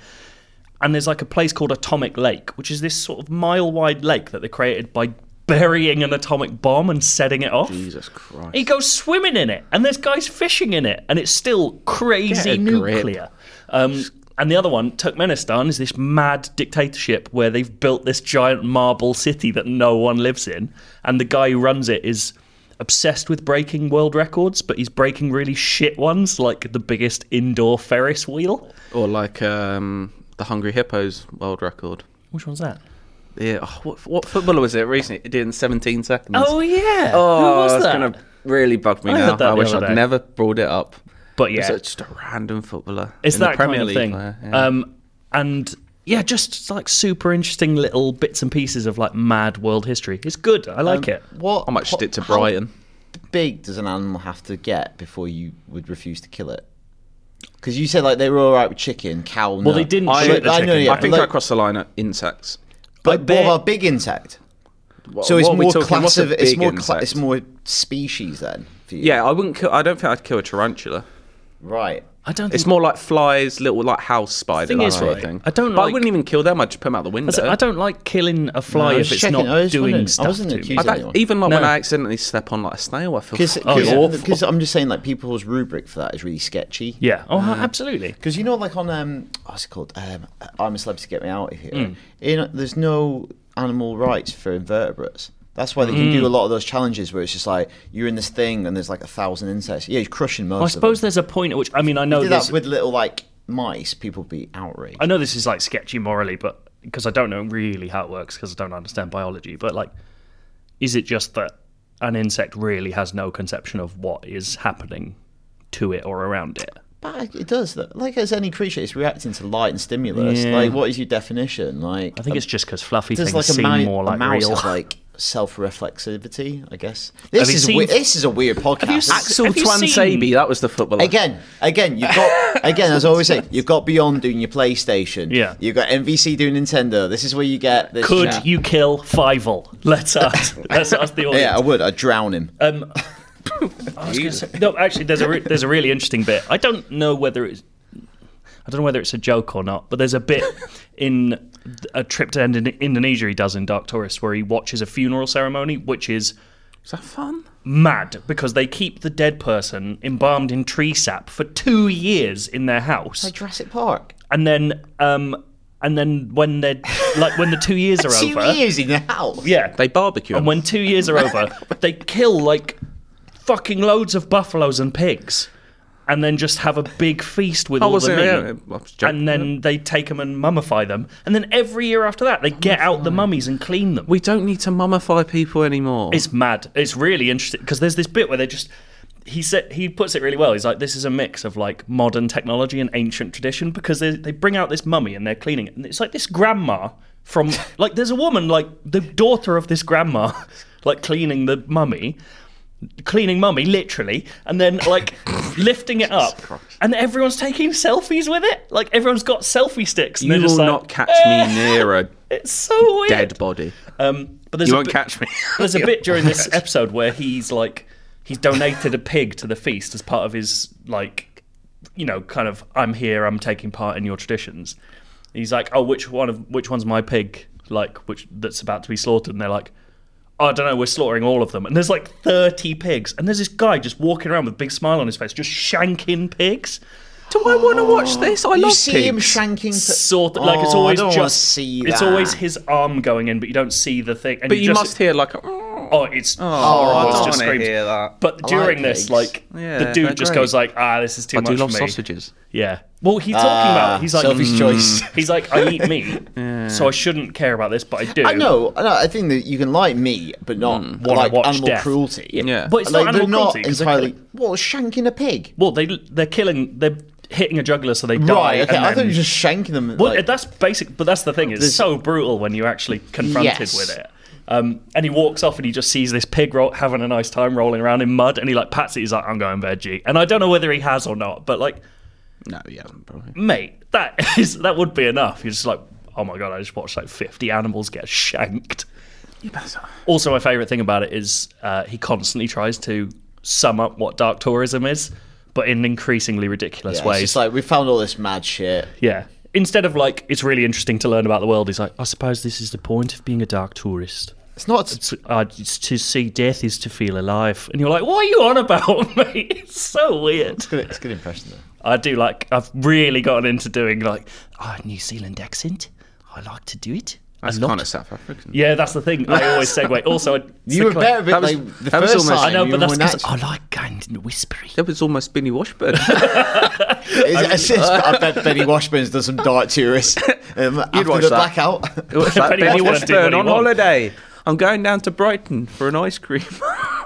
Speaker 1: and there's like a place called Atomic Lake, which is this sort of mile wide lake that they created by burying an atomic bomb and setting it off.
Speaker 2: Jesus Christ.
Speaker 1: He goes swimming in it, and there's guys fishing in it, and it's still crazy
Speaker 2: Get a grip.
Speaker 1: nuclear. Um, and the other one, Turkmenistan, is this mad dictatorship where they've built this giant marble city that no one lives in, and the guy who runs it is obsessed with breaking world records, but he's breaking really shit ones, like the biggest indoor Ferris wheel.
Speaker 2: Or like um, the Hungry Hippos world record.
Speaker 1: Which one's that?
Speaker 2: Yeah, oh, what, what footballer was it recently? It did in 17 seconds.
Speaker 1: Oh yeah.
Speaker 2: Oh,
Speaker 1: Who was
Speaker 2: it's
Speaker 1: that?
Speaker 2: gonna really bug me
Speaker 1: I heard
Speaker 2: now.
Speaker 1: that
Speaker 2: I
Speaker 1: the
Speaker 2: wish
Speaker 1: other
Speaker 2: I'd
Speaker 1: day.
Speaker 2: never brought it up.
Speaker 1: But yeah,
Speaker 2: It's like just a random footballer.
Speaker 1: it's
Speaker 2: in the
Speaker 1: that
Speaker 2: Premier
Speaker 1: kind of
Speaker 2: League
Speaker 1: thing.
Speaker 2: player, yeah.
Speaker 1: Um, and yeah, just like super interesting little bits and pieces of like mad world history. It's good. I like
Speaker 3: Um,
Speaker 1: it.
Speaker 3: What?
Speaker 2: I might just
Speaker 3: what-
Speaker 2: stick to
Speaker 3: how
Speaker 2: Brighton.
Speaker 3: big does an animal have to get before you would refuse to kill it? Because you said like they were all right with chicken, cow.
Speaker 1: Well, they didn't
Speaker 2: I-
Speaker 1: shoot the
Speaker 3: I
Speaker 1: chicken.
Speaker 3: know, yeah.
Speaker 2: I think
Speaker 3: like-
Speaker 2: I crossed the line at insects.
Speaker 3: But
Speaker 1: But
Speaker 3: what about
Speaker 1: ba-
Speaker 3: big insect?
Speaker 2: What-
Speaker 3: So it's
Speaker 2: what are we
Speaker 3: more
Speaker 2: talking-
Speaker 3: class
Speaker 2: what's a
Speaker 3: of it's
Speaker 2: big
Speaker 3: more cla-
Speaker 2: insect?
Speaker 3: it's more species then for you.
Speaker 2: Yeah, I wouldn't. Kill, I don't think I'd kill a tarantula.
Speaker 3: Right.
Speaker 1: I don't.
Speaker 2: It's
Speaker 1: think,
Speaker 2: more like flies, little like house spider,
Speaker 1: Thing
Speaker 2: that
Speaker 1: is,
Speaker 2: sort
Speaker 1: right,
Speaker 2: of thing.
Speaker 1: I don't
Speaker 2: But I
Speaker 1: like-
Speaker 2: wouldn't even kill them. I'd just put them out the window.
Speaker 1: I don't like killing a fly
Speaker 3: No, I was
Speaker 1: if it's
Speaker 3: checking- I
Speaker 1: not
Speaker 3: was
Speaker 1: doing
Speaker 3: wondering- I
Speaker 1: stuff
Speaker 3: wasn't
Speaker 1: to me.
Speaker 3: accusing-
Speaker 2: I don't, even like when
Speaker 1: No.
Speaker 2: I accidentally step on like a snail, I feel
Speaker 3: Because
Speaker 2: fucking awful.
Speaker 3: I'm just saying like people's rubric for that is really sketchy.
Speaker 1: Yeah. Oh, absolutely.
Speaker 3: Because you know, like on um, what's it called? Um, I'm a celebrity, get me out of here. You know, there's no animal rights for invertebrates. That's why they can do a lot of those challenges where it's just like you're in this thing and there's like a thousand insects. Yeah, you're crushing most.
Speaker 1: I suppose
Speaker 3: of them.
Speaker 1: there's a point at which I mean I know
Speaker 3: Did that
Speaker 1: this.
Speaker 3: with little like mice. People would be outraged.
Speaker 1: I know this is like sketchy morally, but because I don't know really how it works because I don't understand biology, but like, is it just that an insect really has no conception of what is happening to it or around it?
Speaker 3: But it does. Though. Like as any creature, it's reacting to light and stimulus.
Speaker 1: Yeah.
Speaker 3: Like, what is your definition? Like,
Speaker 1: I think it's just because fluffy
Speaker 3: does
Speaker 1: things
Speaker 3: Um, like a,
Speaker 1: seem
Speaker 3: ma-
Speaker 1: more
Speaker 3: a
Speaker 1: like
Speaker 3: mouse
Speaker 1: real.
Speaker 3: have like self-reflexivity? I guess this
Speaker 1: you
Speaker 3: is
Speaker 1: seen-
Speaker 3: we- this is a weird podcast.
Speaker 1: seen-
Speaker 2: Axel
Speaker 1: Have you
Speaker 2: Twan
Speaker 1: seen-
Speaker 2: Sabi, that was the footballer.
Speaker 3: Again, again, you've got again as I always say, you've got Beyond doing your PlayStation.
Speaker 1: Yeah.
Speaker 3: you've got MVC doing Nintendo. This is where you get this.
Speaker 1: Could
Speaker 3: chat.
Speaker 1: you kill Fivel? Let's ask. let's ask the audience.
Speaker 3: Yeah, I would. I'd drown him.
Speaker 1: Um, I was gonna say, no, actually, there's a re- there's a really interesting bit. I don't know whether it's I don't know whether it's a joke or not, but there's a bit in a trip to Indo- Indonesia he does in Dark Tourist where he watches a funeral ceremony, which is
Speaker 2: Is that fun?
Speaker 1: mad because they keep the dead person embalmed in tree sap for two years in their house,
Speaker 3: Like Jurassic Park.
Speaker 1: and then um, and then when they're like when the two years are
Speaker 3: Two
Speaker 1: over,
Speaker 3: years in the house.
Speaker 1: yeah,
Speaker 2: They barbecue.
Speaker 1: and when two years are over, they kill like fucking loads of buffaloes and pigs. and then just have a big feast with
Speaker 2: I
Speaker 1: all the
Speaker 2: wasn't-
Speaker 1: meat.
Speaker 2: yeah, I Oh, was joking.
Speaker 1: and then they take them and mummify them. And then every year after that, they get out the mummies and clean them.
Speaker 2: We don't need to mummify people anymore.
Speaker 1: It's mad. It's really interesting because there's this bit where they just. He said he puts it really well. He's like, this is a mix of like modern technology and ancient tradition because they they bring out this mummy and they're cleaning it, and it's like this grandma from like there's a woman like the daughter of this grandma like cleaning the mummy, cleaning mummy literally, and then like lifting it up, and everyone's taking selfies with it. Like everyone's got selfie sticks. And
Speaker 2: you
Speaker 1: they're
Speaker 2: will
Speaker 1: just like, eh.
Speaker 2: not catch me near a
Speaker 1: It's so weird.
Speaker 2: dead body.
Speaker 1: Um, but there's
Speaker 2: You
Speaker 1: a
Speaker 2: won't
Speaker 1: bit-
Speaker 2: catch me.
Speaker 1: there's a bit during this episode where he's like, he's donated a pig to the feast as part of his like, you know, kind of I'm here, I'm taking part in your traditions. He's like, oh, which one of which one's my pig? Like, which that's about to be slaughtered? And they're like, oh, I don't know, we're slaughtering all of them. And there's like 30 pigs, and there's this guy just walking around with a big smile on his face, just shanking pigs.
Speaker 2: Do I want to watch this? I
Speaker 3: You
Speaker 2: love
Speaker 3: see him
Speaker 2: pigs.
Speaker 3: shanking.
Speaker 1: Sort of, like it's
Speaker 3: Oh,
Speaker 1: always
Speaker 3: I don't wanna
Speaker 1: just
Speaker 3: see
Speaker 1: it's
Speaker 3: that.
Speaker 1: always his arm going in, but you don't see the thing. And
Speaker 2: but you
Speaker 1: just,
Speaker 2: must hear like. A, oh,
Speaker 1: Oh, it's
Speaker 2: I
Speaker 1: horrible.
Speaker 2: don't
Speaker 1: It's just
Speaker 2: wanna
Speaker 1: screams.
Speaker 2: hear that.
Speaker 1: But during this,
Speaker 3: pigs.
Speaker 1: like the
Speaker 2: Yeah,
Speaker 1: dude
Speaker 2: they're
Speaker 1: just
Speaker 2: great.
Speaker 1: goes like, "Ah, this is too
Speaker 2: I
Speaker 1: much
Speaker 2: do love
Speaker 1: for me."
Speaker 2: sausages.
Speaker 1: Yeah. Well, he's talking about. He's like,
Speaker 3: Sophie's
Speaker 1: "Mm."
Speaker 3: Ah, choice.
Speaker 1: He's like, I eat meat, so I shouldn't care about this, but I do. Hmm.
Speaker 3: I know, I know. I think that you can like me, but not
Speaker 1: Wanna
Speaker 3: like
Speaker 1: watch
Speaker 3: animal
Speaker 1: death.
Speaker 3: cruelty.
Speaker 2: Yeah.
Speaker 1: But it's
Speaker 3: like
Speaker 1: not
Speaker 3: they're
Speaker 1: animal
Speaker 3: not
Speaker 1: cruelty, 'cause they're
Speaker 3: entirely.
Speaker 1: killing-
Speaker 3: Well, shanking a pig.
Speaker 1: Well, they they're killing. They're hitting a juggler, so they die.
Speaker 3: Right. Okay.
Speaker 1: and
Speaker 3: I thought
Speaker 1: then-
Speaker 3: you were just shanking them.
Speaker 1: Well,
Speaker 3: like-
Speaker 1: that's basic, but that's the thing. It's
Speaker 3: There's-
Speaker 1: so brutal when you're actually confronted
Speaker 3: Yes.
Speaker 1: with it. Um, and he walks off and he just sees this pig roll, having a nice time rolling around in mud, and he like pats it. He's like, "I'm going veggie," and I don't know whether he has or not, but like
Speaker 2: No, he hasn't probably.
Speaker 1: mate, that is that would be enough. You're just like, oh my god, I just watched like 50 animals get shanked. Also, my favorite thing about it is uh, he constantly tries to sum up what dark tourism is, but in increasingly ridiculous
Speaker 3: yeah, It's
Speaker 1: ways.
Speaker 3: just like we found all this mad shit.
Speaker 1: yeah. Instead of like, it's really interesting to learn about the world, he's like, I suppose this is the point of being a dark tourist.
Speaker 3: It's not.
Speaker 1: To, uh, it's to see death is to feel alive. And you're like, what are you on about, mate? It's so weird.
Speaker 3: It's good, it's a good impression though.
Speaker 1: I do like. I've really gotten into doing like ah New Zealand accent. I like to do it.
Speaker 2: That's
Speaker 1: a lot.
Speaker 2: kind of South African.
Speaker 1: yeah, that's the thing. I always segue. Also, I,
Speaker 3: You were better,
Speaker 2: that
Speaker 3: but
Speaker 2: was-
Speaker 3: like the
Speaker 2: that was
Speaker 3: first
Speaker 2: almost-
Speaker 3: time.
Speaker 1: I know,
Speaker 3: you
Speaker 1: but
Speaker 3: were
Speaker 1: that's
Speaker 3: more
Speaker 1: because I
Speaker 3: natural.
Speaker 1: like kind and whispery.
Speaker 2: That was almost Benny Washburn.
Speaker 3: It's- it's just- I bet Benny Washburn's done some dark tourists um, after
Speaker 2: watch that.
Speaker 3: the blackout.
Speaker 2: What's that?
Speaker 1: Benny
Speaker 2: Benny
Speaker 1: Washburn did what
Speaker 2: Washburn
Speaker 1: he
Speaker 2: on
Speaker 1: wanted.
Speaker 2: holiday. I'm going down to Brighton for an ice cream.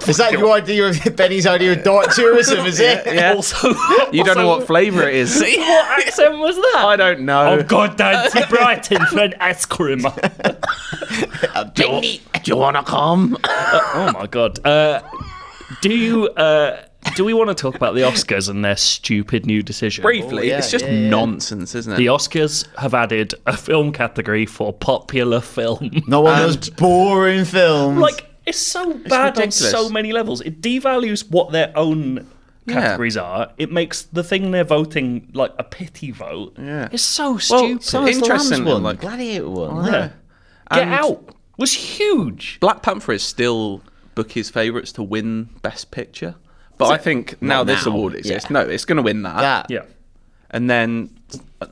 Speaker 3: Is that your idea of Benny's idea of dark tourism? Is it?
Speaker 2: yeah.
Speaker 1: Also,
Speaker 2: you don't know
Speaker 1: also,
Speaker 2: what flavour it is.
Speaker 1: what accent was that?
Speaker 2: I don't know.
Speaker 1: I've gone down to Oh, Brighton for an ice cream.
Speaker 2: Benny, do you want to come?
Speaker 1: oh my god. Uh, do you? Uh, do we want to talk about the Oscars and their stupid new decision?
Speaker 2: Briefly,
Speaker 3: yeah,
Speaker 2: it's just
Speaker 3: yeah, yeah.
Speaker 2: nonsense, isn't it?
Speaker 1: The Oscars have added a film category for popular film.
Speaker 3: Not one of those boring films.
Speaker 1: like it's so bad on
Speaker 2: ridiculous.
Speaker 1: so many levels. It devalues what their own categories are. It makes the thing they're voting like a pity vote.
Speaker 2: Yeah.
Speaker 1: It's so
Speaker 2: Well,
Speaker 1: stupid.
Speaker 3: so is the Lambs
Speaker 2: Interesting,
Speaker 3: one,
Speaker 2: like-
Speaker 3: Gladiator one.
Speaker 1: Yeah. Get
Speaker 2: And
Speaker 1: out was huge.
Speaker 2: Black Panther is still Bookie's favourites to win Best Picture. But I think now this
Speaker 3: now.
Speaker 2: award exists. No, it's going to win that.
Speaker 3: That.
Speaker 1: Yeah.
Speaker 2: And then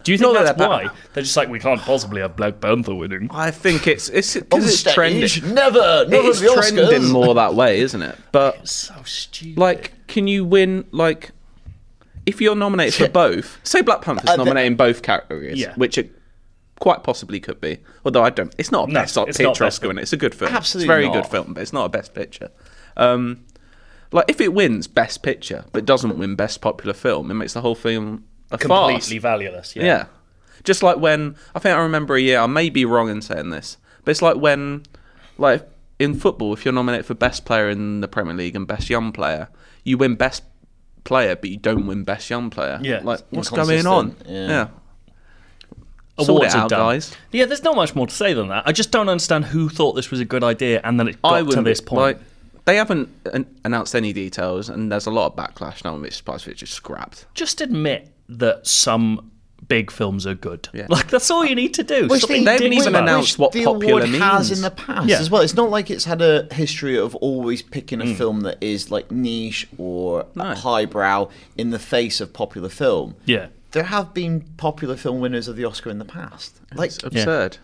Speaker 1: Do you think
Speaker 2: Not that
Speaker 1: that's
Speaker 2: they're
Speaker 1: why?
Speaker 2: bad.
Speaker 1: They're just like we can't possibly have Black Panther winning.
Speaker 2: I think it's it's
Speaker 3: On
Speaker 2: because it's
Speaker 3: stage,
Speaker 2: trending.
Speaker 3: Never. Never
Speaker 2: It's
Speaker 3: the Oscars.
Speaker 2: trending more that way, isn't it? But
Speaker 1: So stupid.
Speaker 2: like, can you win like? If you're nominated for
Speaker 3: Yeah.
Speaker 2: both, say Black Panther's
Speaker 3: Uh, the-
Speaker 2: nominating both categories,
Speaker 1: Yeah.
Speaker 2: which it quite possibly could be. Although I don't, it's not a
Speaker 1: No,
Speaker 2: best
Speaker 1: it's
Speaker 2: picture
Speaker 1: not best
Speaker 2: Oscar, and it's a good film.
Speaker 3: Absolutely
Speaker 2: it's a very
Speaker 3: not.
Speaker 2: good film, but it's not a best picture. Um, like if it wins best picture but doesn't win best popular film, it makes the whole film a farce.
Speaker 1: completely valueless. Yeah.
Speaker 2: Yeah. Just like when I think I remember a year, I may be wrong in saying this, but it's like when like in football, if you're nominated for best player in the Premier League and best young player, you win best player but you don't win best young player.
Speaker 1: Yeah.
Speaker 2: Like what's going
Speaker 3: Inconsistent,
Speaker 2: on?
Speaker 3: yeah.
Speaker 2: Sort
Speaker 1: Awards
Speaker 2: it
Speaker 1: are
Speaker 2: out,
Speaker 1: done.
Speaker 2: guys.
Speaker 1: Yeah, there's not much more to say than that. I just don't understand who thought this was a good idea and then it
Speaker 2: I
Speaker 1: got to
Speaker 2: wouldn't
Speaker 1: this point.
Speaker 2: like they haven't an- announced any details and there's a lot of backlash now and it's surprised if it's just scrapped.
Speaker 1: just admit that some big films are good. Like that's all you need to do.
Speaker 3: Which
Speaker 1: Stop
Speaker 3: they
Speaker 1: being
Speaker 2: they've
Speaker 1: dicks
Speaker 2: even
Speaker 1: about it.
Speaker 2: announced- what
Speaker 3: the
Speaker 2: popular
Speaker 3: award has
Speaker 2: means.
Speaker 3: in the past
Speaker 1: Yeah.
Speaker 3: as well. It's not like it's had a history of always picking a
Speaker 2: Mm.
Speaker 3: film that is like niche or highbrow in the face of popular film.
Speaker 1: Yeah,
Speaker 3: There have been popular film winners of the Oscar in the past, like
Speaker 2: It's absurd.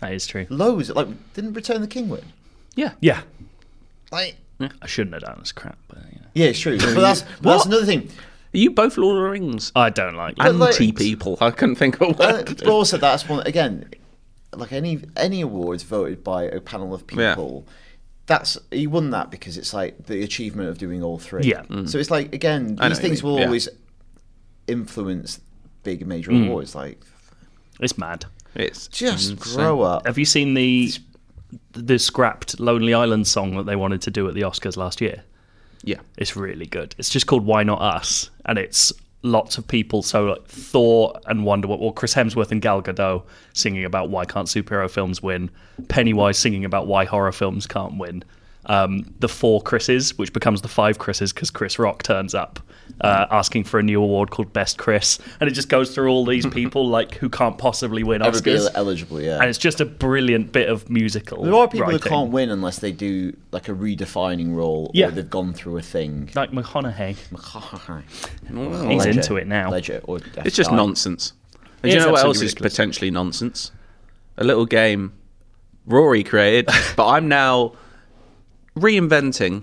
Speaker 1: that is true.
Speaker 3: loads. Like didn't Return the King win?
Speaker 2: Yeah.
Speaker 1: Yeah,
Speaker 3: Like
Speaker 1: I shouldn't have done this crap, but you know.
Speaker 3: yeah, it's true. But that's but that's another thing.
Speaker 2: Are you both Lord of the Rings?
Speaker 1: I don't like that.
Speaker 3: like-
Speaker 2: Anti people. I couldn't think of a
Speaker 3: Uh,
Speaker 2: word.
Speaker 3: but also, that's one again. Like any any awards voted by a panel of
Speaker 2: Yeah.
Speaker 3: people, that's he won that because it's like the achievement of doing all three.
Speaker 1: Yeah.
Speaker 3: So it's like again,
Speaker 2: Mm. I know
Speaker 3: these
Speaker 2: what you
Speaker 3: things
Speaker 2: mean,
Speaker 3: will
Speaker 2: yeah.
Speaker 3: always influence big major
Speaker 1: Mm.
Speaker 3: awards. Like
Speaker 1: It's mad.
Speaker 2: It's
Speaker 3: just
Speaker 1: Mm,
Speaker 2: insane.
Speaker 3: grow up.
Speaker 1: Have you seen the the scrapped Lonely Island song that they wanted to do at the Oscars last year?
Speaker 2: Yeah.
Speaker 1: It's really good. It's just called Why Not Us, and it's lots of people. So like Thor and Wonder Woman, or Chris Hemsworth and Gal Gadot singing about why can't superhero films win. Pennywise singing about why horror films can't win. Um, the four Chris's, which becomes the five Chris's because Chris Rock turns up, uh, asking for a new award called Best Chris, and it just goes through all these people like who can't possibly win
Speaker 3: Everybody
Speaker 1: Oscars,
Speaker 3: eligible, yeah.
Speaker 1: and it's just a brilliant bit of musical.
Speaker 3: There are people who
Speaker 1: writing.
Speaker 3: can't win unless they do like a redefining role
Speaker 1: Yeah.
Speaker 3: or they've gone through a thing.
Speaker 1: like McConaughey.
Speaker 2: Mm.
Speaker 1: He's
Speaker 3: Ledger.
Speaker 1: into it now.
Speaker 3: Ledger or
Speaker 2: It's just
Speaker 3: FDI.
Speaker 2: nonsense. And
Speaker 1: It
Speaker 2: do you
Speaker 1: is
Speaker 2: know what
Speaker 1: absolutely
Speaker 2: else
Speaker 1: ridiculous.
Speaker 2: is potentially nonsense? A little game Rory created, but I'm now reinventing.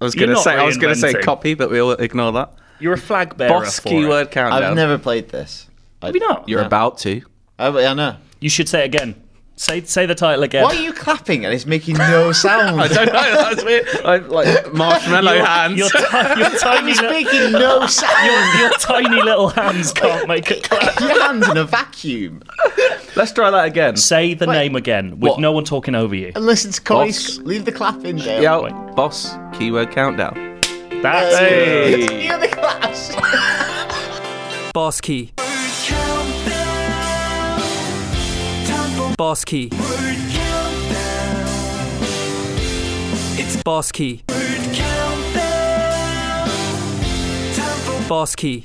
Speaker 2: I was
Speaker 1: You're
Speaker 2: going to
Speaker 1: not
Speaker 2: say I was going to say
Speaker 1: reinventing.
Speaker 2: copy, but we'll ignore that.
Speaker 1: You're a flag bearer.
Speaker 2: Boss
Speaker 1: for it.
Speaker 2: keyword countdown.
Speaker 3: I've never played this. I,
Speaker 1: Maybe not.
Speaker 2: You're
Speaker 3: No.
Speaker 2: about to.
Speaker 3: I, I know.
Speaker 1: You should say it again. Say say the title again.
Speaker 3: Why are you clapping and it's making no sound?
Speaker 2: I don't know. That's weird. I like marshmallow hands.
Speaker 1: Your, ti- your tiny
Speaker 3: It's
Speaker 1: li-
Speaker 3: making no sound.
Speaker 1: your tiny little hands can't make it clap.
Speaker 3: Your hands in a vacuum.
Speaker 2: Let's try that again.
Speaker 1: Say the name again with
Speaker 3: What?
Speaker 1: no one talking over you.
Speaker 3: And listen to Corey.
Speaker 2: Boss.
Speaker 3: Leave the clap in there.
Speaker 2: Yo,
Speaker 1: oh, Wait.
Speaker 2: boss keyword countdown.
Speaker 1: That's
Speaker 2: Hey.
Speaker 1: good.
Speaker 3: Hear the claps.
Speaker 4: Boss key. Boss key. It's boss key. Boss key.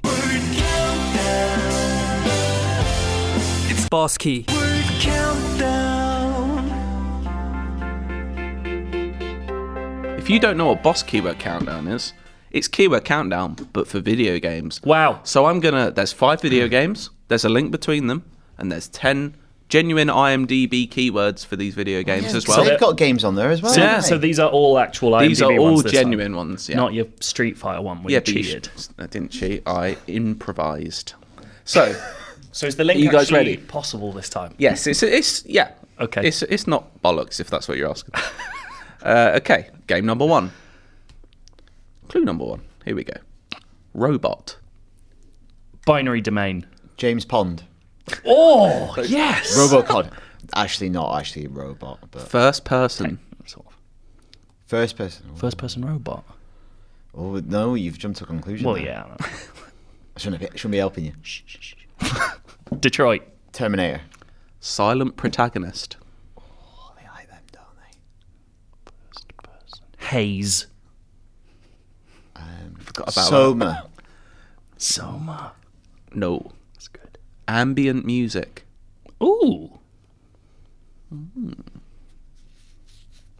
Speaker 4: It's boss key.
Speaker 2: If you don't know what boss keyword countdown is, it's keyword countdown, but for video games.
Speaker 1: Wow.
Speaker 2: So I'm gonna. There's five video games. There's a link between them, and there's ten genuine IMDb keywords for these
Speaker 1: Oh,
Speaker 2: video games as well.
Speaker 3: they've got games on there as well.
Speaker 1: So,
Speaker 2: Yeah.
Speaker 3: haven't
Speaker 1: so
Speaker 3: they?
Speaker 1: these are all actual IMDb
Speaker 2: these are all
Speaker 1: ones this time.
Speaker 2: genuine ones. Yeah.
Speaker 1: Not your Street Fighter one where
Speaker 2: yeah,
Speaker 1: you
Speaker 2: but you
Speaker 1: cheated.
Speaker 2: sh- I didn't cheat. I improvised. So
Speaker 1: So is the link
Speaker 2: Are you guys
Speaker 1: actually
Speaker 2: ready?
Speaker 1: possible this time?
Speaker 2: yes, it's it's yeah.
Speaker 1: Okay.
Speaker 2: It's it's not bollocks if that's what you're asking. uh, okay. Game number one. Clue number one. Here we go. Robot.
Speaker 1: Binary domain.
Speaker 3: James Pond,
Speaker 1: Oh yes.
Speaker 3: Robocod. actually, not actually a robot, but
Speaker 2: First person.
Speaker 1: Sort of
Speaker 3: first person.
Speaker 1: First person robot.
Speaker 3: Oh no, you've jumped to a conclusion.
Speaker 1: Well
Speaker 3: there.
Speaker 1: yeah. I don't know.
Speaker 3: I shouldn't, have, shouldn't be helping you.
Speaker 1: Detroit.
Speaker 3: Terminator.
Speaker 2: Silent protagonist.
Speaker 3: They like them, don't they?
Speaker 1: Haze.
Speaker 3: Um,
Speaker 2: Forgot about
Speaker 3: Soma.
Speaker 1: Soma.
Speaker 2: that. No.
Speaker 1: That's good.
Speaker 2: Ambient music.
Speaker 1: Ooh.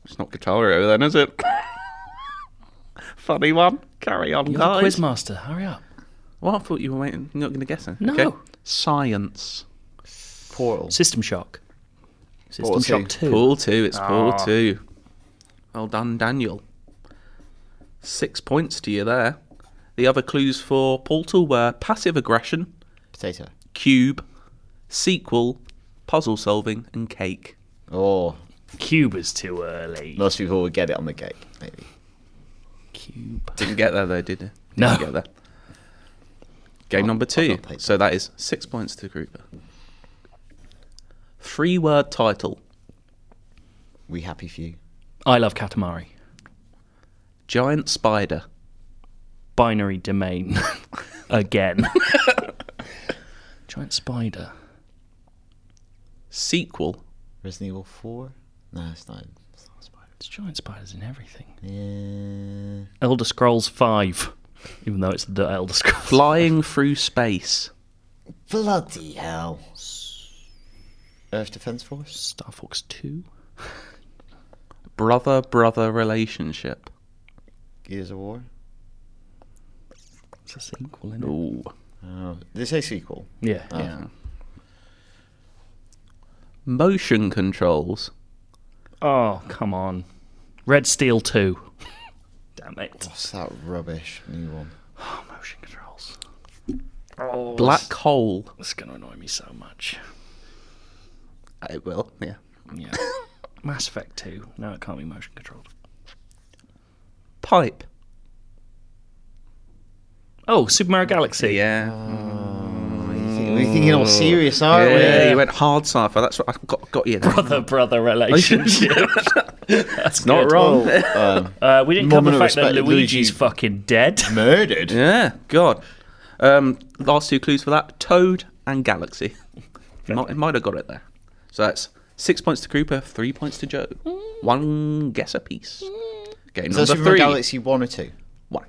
Speaker 2: It's not Guitar Hero then, is it? Funny one. Carry on,
Speaker 1: You're the
Speaker 2: guys.
Speaker 1: quizmaster. Hurry up.
Speaker 2: Well, I thought you were waiting. You're not going to guess it.
Speaker 1: No.
Speaker 2: Okay. Science.
Speaker 3: Portal.
Speaker 1: System Shock. System
Speaker 3: Portal
Speaker 1: Shock 2.
Speaker 2: Pool two. It's pool
Speaker 1: Ah.
Speaker 2: two. Well done, Daniel. Six points to you there. The other clues for Portal were passive aggression,
Speaker 3: Potato.
Speaker 2: cube, sequel, puzzle solving, and cake.
Speaker 3: Oh,
Speaker 1: Cube is too early.
Speaker 3: most people would get it on the cake, maybe.
Speaker 1: Cube.
Speaker 2: Didn't get there though, did you? Didn't
Speaker 1: No.
Speaker 2: get there. Game number two.
Speaker 3: not played
Speaker 2: So that is six points to Grouper. Three word title.
Speaker 3: We happy few.
Speaker 1: I love Katamari.
Speaker 2: Giant spider.
Speaker 1: Binary domain. Again. Giant spider.
Speaker 2: Sequel.
Speaker 3: Resident Evil 4? No, it's not. It's not Spider.
Speaker 1: There's giant spiders in everything.
Speaker 3: Yeah.
Speaker 1: Elder Scrolls 5. Even though it's the Elder Scrolls.
Speaker 2: Flying through space.
Speaker 3: Bloody hell. Earth Defense Force?
Speaker 1: Star Fox 2.
Speaker 2: Brother brother relationship.
Speaker 3: Gears of War?
Speaker 1: It's a sequel, isn't it?
Speaker 2: Ooh.
Speaker 3: Oh, did they say sequel? Oh,
Speaker 1: Yeah. yeah.
Speaker 2: Yeah. Motion controls.
Speaker 1: Oh, come on. Red Steel 2. Damn it.
Speaker 3: What's that rubbish new one?
Speaker 1: Motion controls. Oh,
Speaker 2: Black hole.
Speaker 1: It's going to annoy me so much.
Speaker 2: It will. Yeah.
Speaker 1: Yeah. Mass Effect 2. No, it can't be motion controlled.
Speaker 2: Pipe.
Speaker 1: Oh, Super Mario Galaxy.
Speaker 2: Yeah.
Speaker 3: We're thinking all serious, aren't
Speaker 2: yeah.
Speaker 3: we?
Speaker 2: You went hard cipher. That's what I got. Got you. There.
Speaker 1: Brother brother relationship. That's
Speaker 2: Not
Speaker 1: good.
Speaker 2: wrong.
Speaker 3: Well, um,
Speaker 1: Uh, we didn't cover
Speaker 3: Moment
Speaker 1: the
Speaker 3: of
Speaker 1: fact that
Speaker 3: respect,
Speaker 1: Luigi's
Speaker 3: Luigi-
Speaker 1: fucking dead.
Speaker 3: murdered.
Speaker 2: Yeah. God. Um, last two clues for that: Toad and Galaxy. might, it might have got it there. So that's six points to Cooper, three points to Joe. One guess apiece. Game
Speaker 3: Is that
Speaker 2: number
Speaker 3: Super Mario
Speaker 2: three.
Speaker 3: Galaxy 1 or 2?
Speaker 2: One.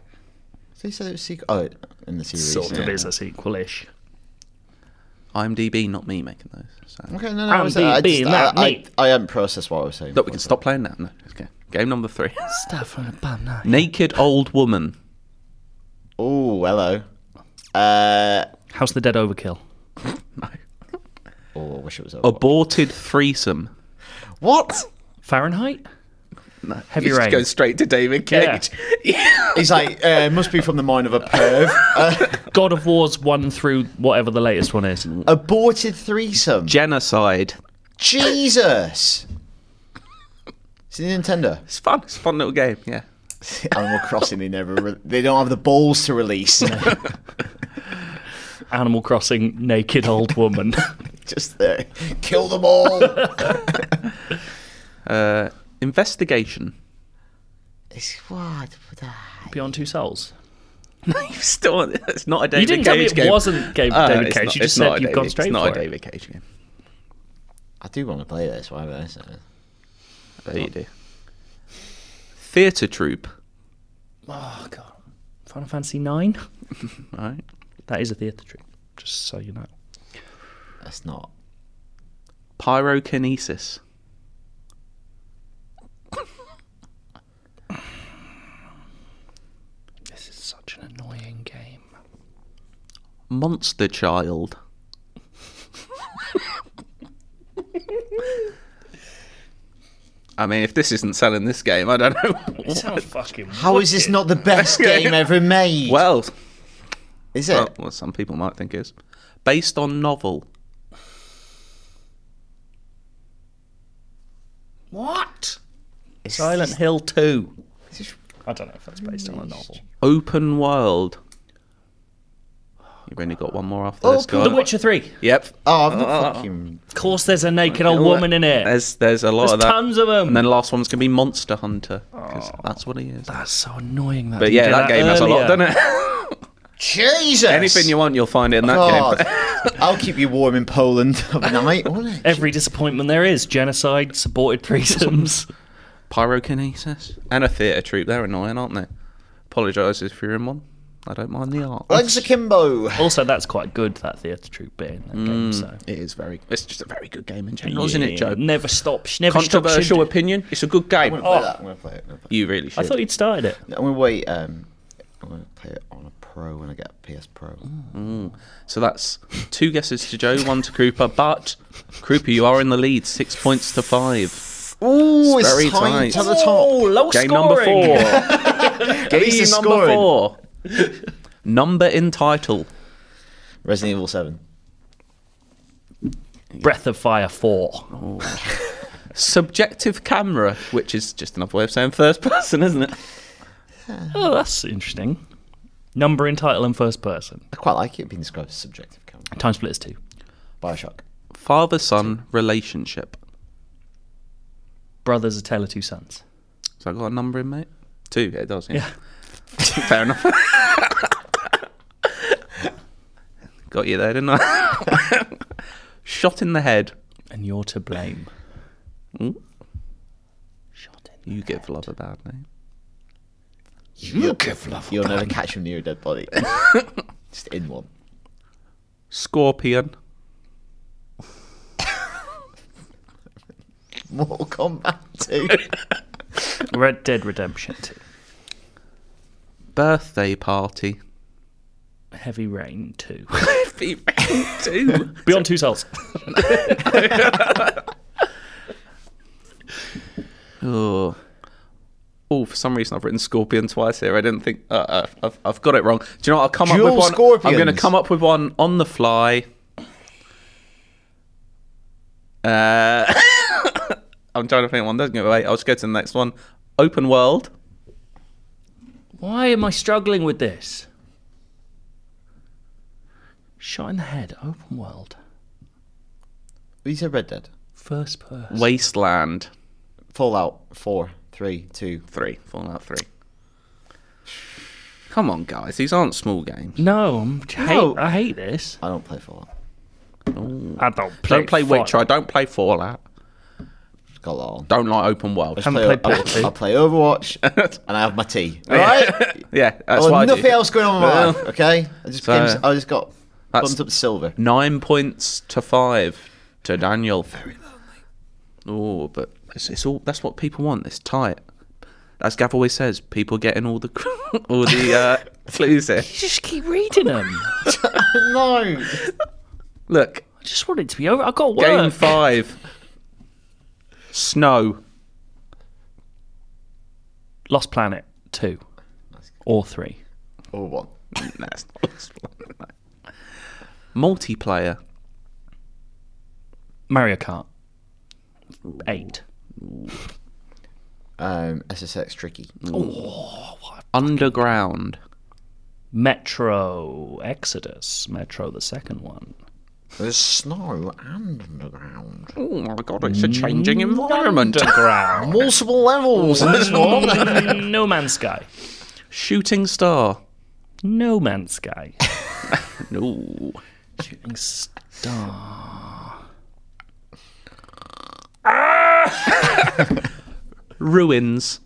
Speaker 3: They said it was sequel. Oh, in the series.
Speaker 1: Sort of
Speaker 3: yeah.
Speaker 1: is a sequel-ish.
Speaker 2: IMDb, not me making those. So.
Speaker 3: Okay, no, no, I, was, I,
Speaker 1: IMDb,
Speaker 3: just, I,
Speaker 1: not
Speaker 3: I,
Speaker 1: me.
Speaker 3: I, haven't processed what I was saying.
Speaker 2: Look, we can stop playing now. No, okay. Game number three.
Speaker 1: Stuff on a bum night.
Speaker 2: Naked old woman.
Speaker 3: Oh, hello. Uh,
Speaker 1: House of the Dead Overkill.
Speaker 2: No.
Speaker 3: oh, I wish it was over.
Speaker 2: Aborted threesome.
Speaker 3: what?
Speaker 1: Fahrenheit?
Speaker 2: No.
Speaker 1: Heavy
Speaker 2: He's
Speaker 1: rain.
Speaker 2: going straight to David
Speaker 1: Yeah.
Speaker 2: Cage. Yeah.
Speaker 3: He's like, uh, must be from the mind of a perv. Uh,
Speaker 1: God of War's one through whatever the latest one is.
Speaker 3: aborted threesome.
Speaker 2: Genocide.
Speaker 3: Jesus. It's the Nintendo.
Speaker 2: It's fun. It's a fun little game. Yeah.
Speaker 3: Animal Crossing. They never. Re- they don't have the balls to release.
Speaker 1: Animal Crossing naked old woman.
Speaker 3: Just there. Kill them all.
Speaker 2: Uh, investigation.
Speaker 3: it's what? the-
Speaker 1: Beyond Two Souls.
Speaker 2: You've still, it's not a David
Speaker 1: You didn't
Speaker 2: Cage
Speaker 1: tell me it
Speaker 2: game.
Speaker 1: wasn't Game
Speaker 2: Ah,
Speaker 1: David
Speaker 2: it's
Speaker 1: Cage.
Speaker 2: not-
Speaker 1: you
Speaker 2: it's
Speaker 1: just
Speaker 2: not a
Speaker 1: said you've
Speaker 2: David-
Speaker 1: gone straight
Speaker 2: It's not
Speaker 1: for
Speaker 2: a
Speaker 1: it.
Speaker 2: David Cage game.
Speaker 3: I do want to play this. Why would I say? it?
Speaker 2: There you do. Theatre troupe.
Speaker 1: Oh god. Final Fantasy Nine?
Speaker 2: All right.
Speaker 1: That is a theatre trick, just so you know.
Speaker 3: That's not.
Speaker 2: Pyrokinesis.
Speaker 1: This is such an annoying game.
Speaker 2: Monster child. I mean, if this isn't selling this game, I don't know.
Speaker 1: It sounds fucking
Speaker 3: How is this not the best game ever made?
Speaker 2: well,
Speaker 3: is it?
Speaker 2: well, well, some people might think is based on novel.
Speaker 1: What? Silent Hill 2. I don't know if that's based on a novel.
Speaker 2: Open world. You've only got one more after this,
Speaker 3: Open
Speaker 2: guy.
Speaker 1: The Witcher 3.
Speaker 2: Yep.
Speaker 3: oh,
Speaker 2: Uh,
Speaker 3: I've not fucking.
Speaker 1: Of course, there's a naked old woman in it. There's,
Speaker 2: There's there's a lot of that.
Speaker 1: tons of them.
Speaker 2: And then last one's gonna be Monster Hunter 'cause that's what he is.
Speaker 1: that's so annoying. That
Speaker 2: But yeah, that game has a lot, doesn't it?
Speaker 3: Jesus.
Speaker 2: Anything you want, you'll find it in that
Speaker 3: God.
Speaker 2: game.
Speaker 3: I'll keep you warm in Poland of a night, won't it?
Speaker 1: Every disappointment there is genocide, supported threesomes.
Speaker 2: Pyrokinesis and a theatre troupe. They're annoying, aren't they? Apologise if you're in one. I don't mind the art.
Speaker 3: Legs
Speaker 2: Oh.
Speaker 3: akimbo.
Speaker 1: also, that's quite good, that theatre troupe bit in that game. So.
Speaker 2: It is very. It's just a very good game Mm. in general, isn't
Speaker 1: Yeah,
Speaker 2: it, Joe?
Speaker 1: Never stops. Never
Speaker 2: Controversial
Speaker 1: stops.
Speaker 2: opinion. It's a good game.
Speaker 3: I'm gonna play that. I'm gonna play it. I'm gonna play
Speaker 2: You really should.
Speaker 1: I thought he'd started it.
Speaker 3: it. I'm gonna wait. Um, I'm gonna play it on a Pro when I get a PS Pro.
Speaker 2: So that's two guesses to Joe, one to Krupa, but Krupa, you are in the lead, six points to five.
Speaker 3: Ooh,
Speaker 2: It's
Speaker 3: it's,
Speaker 2: very tight.
Speaker 3: tight to the top.
Speaker 1: low
Speaker 2: Game number four. Game
Speaker 3: is
Speaker 2: number
Speaker 3: scoring.
Speaker 2: four. Number in title.
Speaker 3: Resident Evil Seven.
Speaker 1: Breath of Fire 4.
Speaker 2: Subjective camera, which is just another way of saying first person, isn't it?
Speaker 1: Oh, that's interesting. Number in title and first person.
Speaker 3: I quite like it being described as subjective camera.
Speaker 1: Time Splitters 2.
Speaker 3: Bioshock.
Speaker 2: Father son relationship.
Speaker 1: Brothers A Tale of Two Sons.
Speaker 2: So I got a number in, mate? Two, yeah, it does. Yeah.
Speaker 1: Yeah.
Speaker 2: Fair enough. got you there, didn't I? Shot in the head.
Speaker 1: And you're to blame.
Speaker 2: Mm.
Speaker 1: Shot in.
Speaker 2: You give love a bad name.
Speaker 3: You give love. You'll never catch him near a dead body. Just in one.
Speaker 2: Scorpion.
Speaker 3: Mortal Kombat 2.
Speaker 1: Red Dead Redemption 2.
Speaker 2: Birthday party.
Speaker 1: Heavy Rain 2.
Speaker 2: Two.
Speaker 1: Beyond Two Souls.
Speaker 2: oh. All for some reason I've written scorpion twice here. I didn't think uh, uh, I've, I've got it wrong. Do you know what? I'll come up
Speaker 3: Dual
Speaker 2: with one. I'm going to
Speaker 3: scorpions.
Speaker 2: come up with one on the fly. Uh, I'm trying to think of one. Doesn't give away. I'll just go to the next one. Open world.
Speaker 1: Why am I struggling with this? Shot in the head, open world,
Speaker 3: You said Red Dead.
Speaker 1: first person.
Speaker 2: Wasteland.
Speaker 3: Fallout 4, 3, 2.
Speaker 2: Three. Fallout three. Come on, guys. These aren't small games.
Speaker 1: No, I'm, I
Speaker 2: No.
Speaker 1: Hate, I hate this.
Speaker 3: I don't play Fallout.
Speaker 1: I don't play.
Speaker 2: Don't play
Speaker 1: fuck.
Speaker 2: Witcher. I don't play Fallout.
Speaker 3: Got a lot on.
Speaker 2: Don't like open world.
Speaker 3: I play,
Speaker 1: Haven't played
Speaker 3: I,
Speaker 1: Portal.
Speaker 3: I play Overwatch and I have my tea. All right?
Speaker 2: yeah, that's
Speaker 3: Oh,
Speaker 2: what I
Speaker 3: nothing
Speaker 2: do.
Speaker 3: else going on in my life, okay? I just,
Speaker 2: So-
Speaker 3: became, I just got
Speaker 2: That's-
Speaker 3: bumped up to silver.
Speaker 2: Nine points to five to Daniel. Very lonely. Oh, but it's, it's all. That's what people want. It's tight. As Gav always says, people getting all the all the uh, clues here.
Speaker 1: You just keep reading them.
Speaker 3: No.
Speaker 2: Look,
Speaker 1: I just want it to be over. I got work.
Speaker 2: game five. Snow.
Speaker 1: Lost Planet two or three.
Speaker 3: Or one.
Speaker 2: Nah, it's not possible. Multiplayer.
Speaker 1: Mario Kart eight.
Speaker 3: Um, SSX tricky.
Speaker 2: Underground.
Speaker 1: Metro Exodus. Metro the second one.
Speaker 3: There's snow and underground.
Speaker 2: Oh my god, it's a changing environment.
Speaker 1: Underground.
Speaker 3: Multiple levels in this one.
Speaker 1: no Man's Sky.
Speaker 2: Shooting star.
Speaker 1: No Man's Sky.
Speaker 2: No.
Speaker 1: Shooting star.
Speaker 2: Ruins.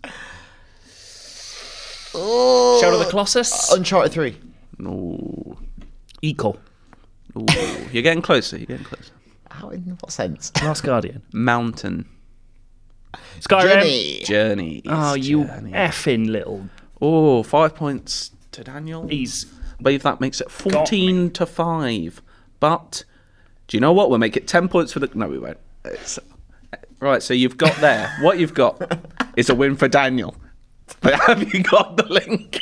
Speaker 1: Shadow of the Colossus.
Speaker 3: Uncharted 3.
Speaker 2: No.
Speaker 1: Eco.
Speaker 2: Ooh, you're getting closer. You're getting closer.
Speaker 3: How in what sense?
Speaker 1: Last Guardian.
Speaker 2: Mountain
Speaker 1: Skyrim.
Speaker 3: Jenny.
Speaker 2: journey.
Speaker 1: Oh, you
Speaker 2: Journey.
Speaker 1: effing little.
Speaker 2: Oh, five points to Daniel.
Speaker 1: He's
Speaker 2: I believe that makes it fourteen to five. But do you know what? We'll make it ten points for the. No, we won't. It's- Right. So you've got there. what you've got is a win for Daniel. But have you got the link?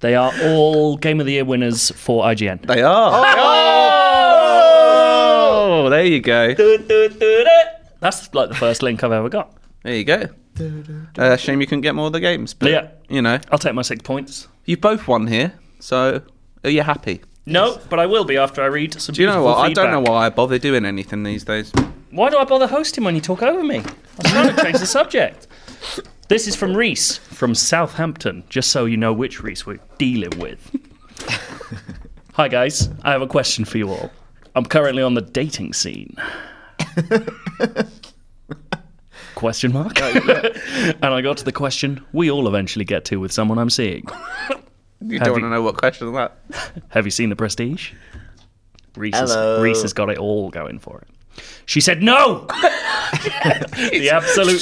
Speaker 1: They are all Game of the Year winners for IGN.
Speaker 2: They are. oh there you go.
Speaker 1: That's like the first link I've ever got.
Speaker 2: There you go. Uh, shame you couldn't get more of the games, but
Speaker 1: Yeah.
Speaker 2: you know
Speaker 1: I'll take my six points.
Speaker 2: you both won here, so are you happy?
Speaker 1: No, but I will be after I read some.
Speaker 2: Do you know what? I don't know why I bother doing anything these days.
Speaker 1: Why do I bother hosting when you talk over me? I was trying to change the subject. This is from Reese from Southampton. Just so you know which Reese we're dealing with. Hi guys, I have a question for you all. I'm currently on the dating scene. question mark? and I got to the question we all eventually get to with someone I'm seeing.
Speaker 2: You
Speaker 1: Have
Speaker 2: don't want
Speaker 1: you-
Speaker 2: to know what question that.
Speaker 1: Have you seen The Prestige? Reese has,
Speaker 3: Hello.
Speaker 1: Reese has got it all going for it. She said no. the absolute,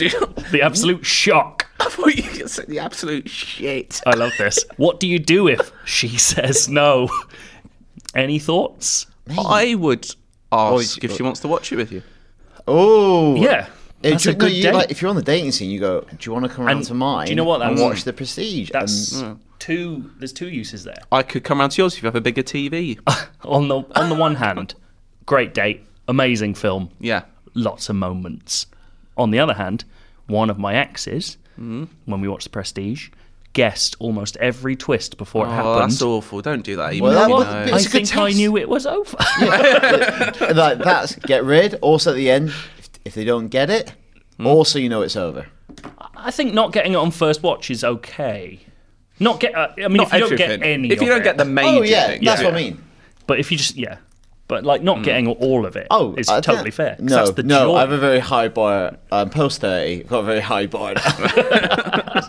Speaker 1: the absolute shock.
Speaker 2: I thought you just said the absolute shit.
Speaker 1: I love this. What do you do if she says no? Any thoughts?
Speaker 2: I would ask
Speaker 3: you-
Speaker 2: if she wants to watch it with you.
Speaker 3: Oh.
Speaker 1: Yeah,
Speaker 3: If
Speaker 1: that's
Speaker 3: you,
Speaker 1: a good
Speaker 3: no, you,
Speaker 1: date.
Speaker 3: like, if you're on the dating scene, you go, "Do you want to come around
Speaker 1: And
Speaker 3: to mine?
Speaker 1: do you know what?
Speaker 3: And
Speaker 1: That's-
Speaker 3: watch the Prestige."
Speaker 1: That's
Speaker 3: and
Speaker 1: two. There's two uses there.
Speaker 2: I could come round to yours if you have a bigger TV.
Speaker 3: Ah,
Speaker 1: On the on the one hand, great date, amazing film,
Speaker 2: yeah.
Speaker 1: lots of moments. On the other hand, one of my exes,
Speaker 2: Mm-hmm.
Speaker 1: when we watched The Prestige, guessed almost every twist before it
Speaker 2: Oh,
Speaker 1: happened.
Speaker 2: that's awful. Don't do that. email
Speaker 3: Well, that
Speaker 2: me.
Speaker 3: was-
Speaker 2: No.
Speaker 3: but
Speaker 1: I
Speaker 3: It's a good
Speaker 1: think I
Speaker 3: test.
Speaker 1: knew it was over.
Speaker 3: like, that's get rid. Also, at the end, if, if they don't get it,
Speaker 1: Hmm?
Speaker 3: also you know it's over.
Speaker 1: I think not getting it on first watch is okay. Not get. Uh, I mean,
Speaker 2: Not
Speaker 1: if you don't
Speaker 2: everything.
Speaker 1: get any,
Speaker 2: if you
Speaker 1: of
Speaker 2: don't
Speaker 1: it,
Speaker 2: get the major
Speaker 3: Oh yeah,
Speaker 2: thing,
Speaker 3: that's what I mean.
Speaker 1: but if you just yeah, but like
Speaker 2: Mm.
Speaker 1: not getting all of it
Speaker 3: Oh,
Speaker 1: is
Speaker 3: I think-
Speaker 1: totally fair. 'cause
Speaker 3: No,
Speaker 1: that's the
Speaker 3: no,
Speaker 1: joy.
Speaker 3: I have a very high bar. Um, post thirty, I've got a very high bar. if